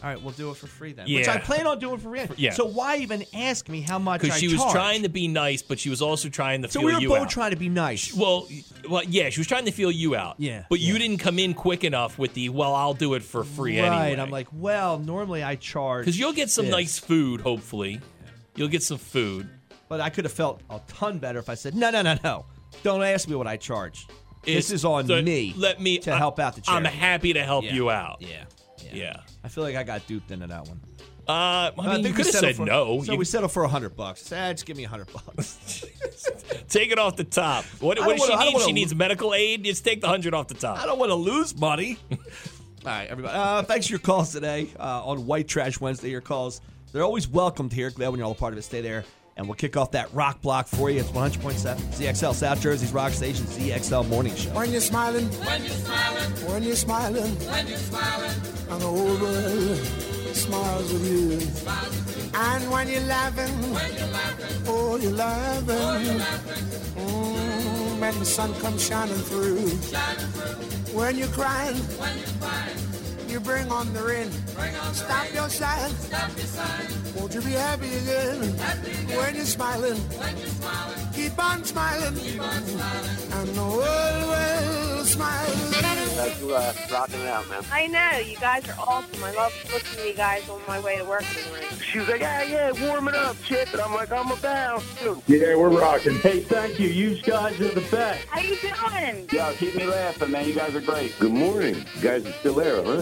[SPEAKER 1] All right, we'll do it for free then. Which I
[SPEAKER 2] Yeah.
[SPEAKER 1] plan on doing for free.
[SPEAKER 2] Yeah.
[SPEAKER 1] So why even ask me how much I
[SPEAKER 2] Because she was
[SPEAKER 1] charge?
[SPEAKER 2] trying to be nice, but she was also trying to
[SPEAKER 1] so
[SPEAKER 2] feel
[SPEAKER 1] we were
[SPEAKER 2] you
[SPEAKER 1] both
[SPEAKER 2] out.
[SPEAKER 1] trying to be nice.
[SPEAKER 2] well, y- well, yeah, she was trying to feel you out.
[SPEAKER 1] Yeah,
[SPEAKER 2] but you
[SPEAKER 1] yeah.
[SPEAKER 2] didn't come in quick enough with the well, I'll do it for free
[SPEAKER 1] right.
[SPEAKER 2] anyway.
[SPEAKER 1] I'm like, well, normally I charge
[SPEAKER 2] because you'll get some
[SPEAKER 1] this,
[SPEAKER 2] nice food, hopefully. You'll get some food.
[SPEAKER 1] But I could have felt a ton better if I said, no, no, no, no. Don't ask me what I charge.
[SPEAKER 2] It's-
[SPEAKER 1] this is on
[SPEAKER 2] so
[SPEAKER 1] me.
[SPEAKER 2] Let me
[SPEAKER 1] to
[SPEAKER 2] I-
[SPEAKER 1] help out the
[SPEAKER 2] I'm
[SPEAKER 1] charity.
[SPEAKER 2] happy to help
[SPEAKER 1] Yeah.
[SPEAKER 2] you out.
[SPEAKER 1] Yeah.
[SPEAKER 2] Yeah.
[SPEAKER 1] I feel like I got duped into that one.
[SPEAKER 2] Uh, I mean, you
[SPEAKER 1] think we
[SPEAKER 2] could have
[SPEAKER 1] settled
[SPEAKER 2] said
[SPEAKER 1] for-
[SPEAKER 2] no.
[SPEAKER 1] So
[SPEAKER 2] You-
[SPEAKER 1] we settled for a hundred bucks. Ah, just give me a hundred bucks.
[SPEAKER 2] take it off the top. What,
[SPEAKER 1] I don't
[SPEAKER 2] what does she
[SPEAKER 1] wanna- I don't
[SPEAKER 2] need? She
[SPEAKER 1] wanna-
[SPEAKER 2] needs medical aid. Just take the hundred off the top.
[SPEAKER 1] I don't want to lose money. All right, everybody. Uh, thanks for your calls today uh, on White Trash Wednesday. Your calls, they're always welcomed here. Glad when you're all a part of it. Stay there. And we'll kick off that rock block for you. It's 100.7 ZXL South Jersey's Rock Station ZXL Morning Show.
[SPEAKER 9] When you're smiling, when you're smiling, when you're smiling, when you're smiling, and the whole world smiles with you. And when you're laughing, when you're laughing, oh, you're laughing. Mm, when the sun comes shining through. When you're crying, when you're crying, you bring on the rain. Stop your sighing. Stop your sighing. Won't you be happy again? Happy again. When you're smiling, when you're smiling, keep on smiling. Keep on smiling. And the world will smile.
[SPEAKER 10] That's uh, rocking it out, man.
[SPEAKER 11] I know you guys are awesome. I love listening to you guys on my way to work in the morning.
[SPEAKER 10] She was like, yeah, yeah, warming up, shit. And I'm like, I'm about to.
[SPEAKER 12] Yeah, we're rocking.
[SPEAKER 10] Hey, thank you. You guys are the best.
[SPEAKER 11] How you doing?
[SPEAKER 10] Yo, keep me laughing, man. You guys are great.
[SPEAKER 8] Good morning. You guys are still there, huh?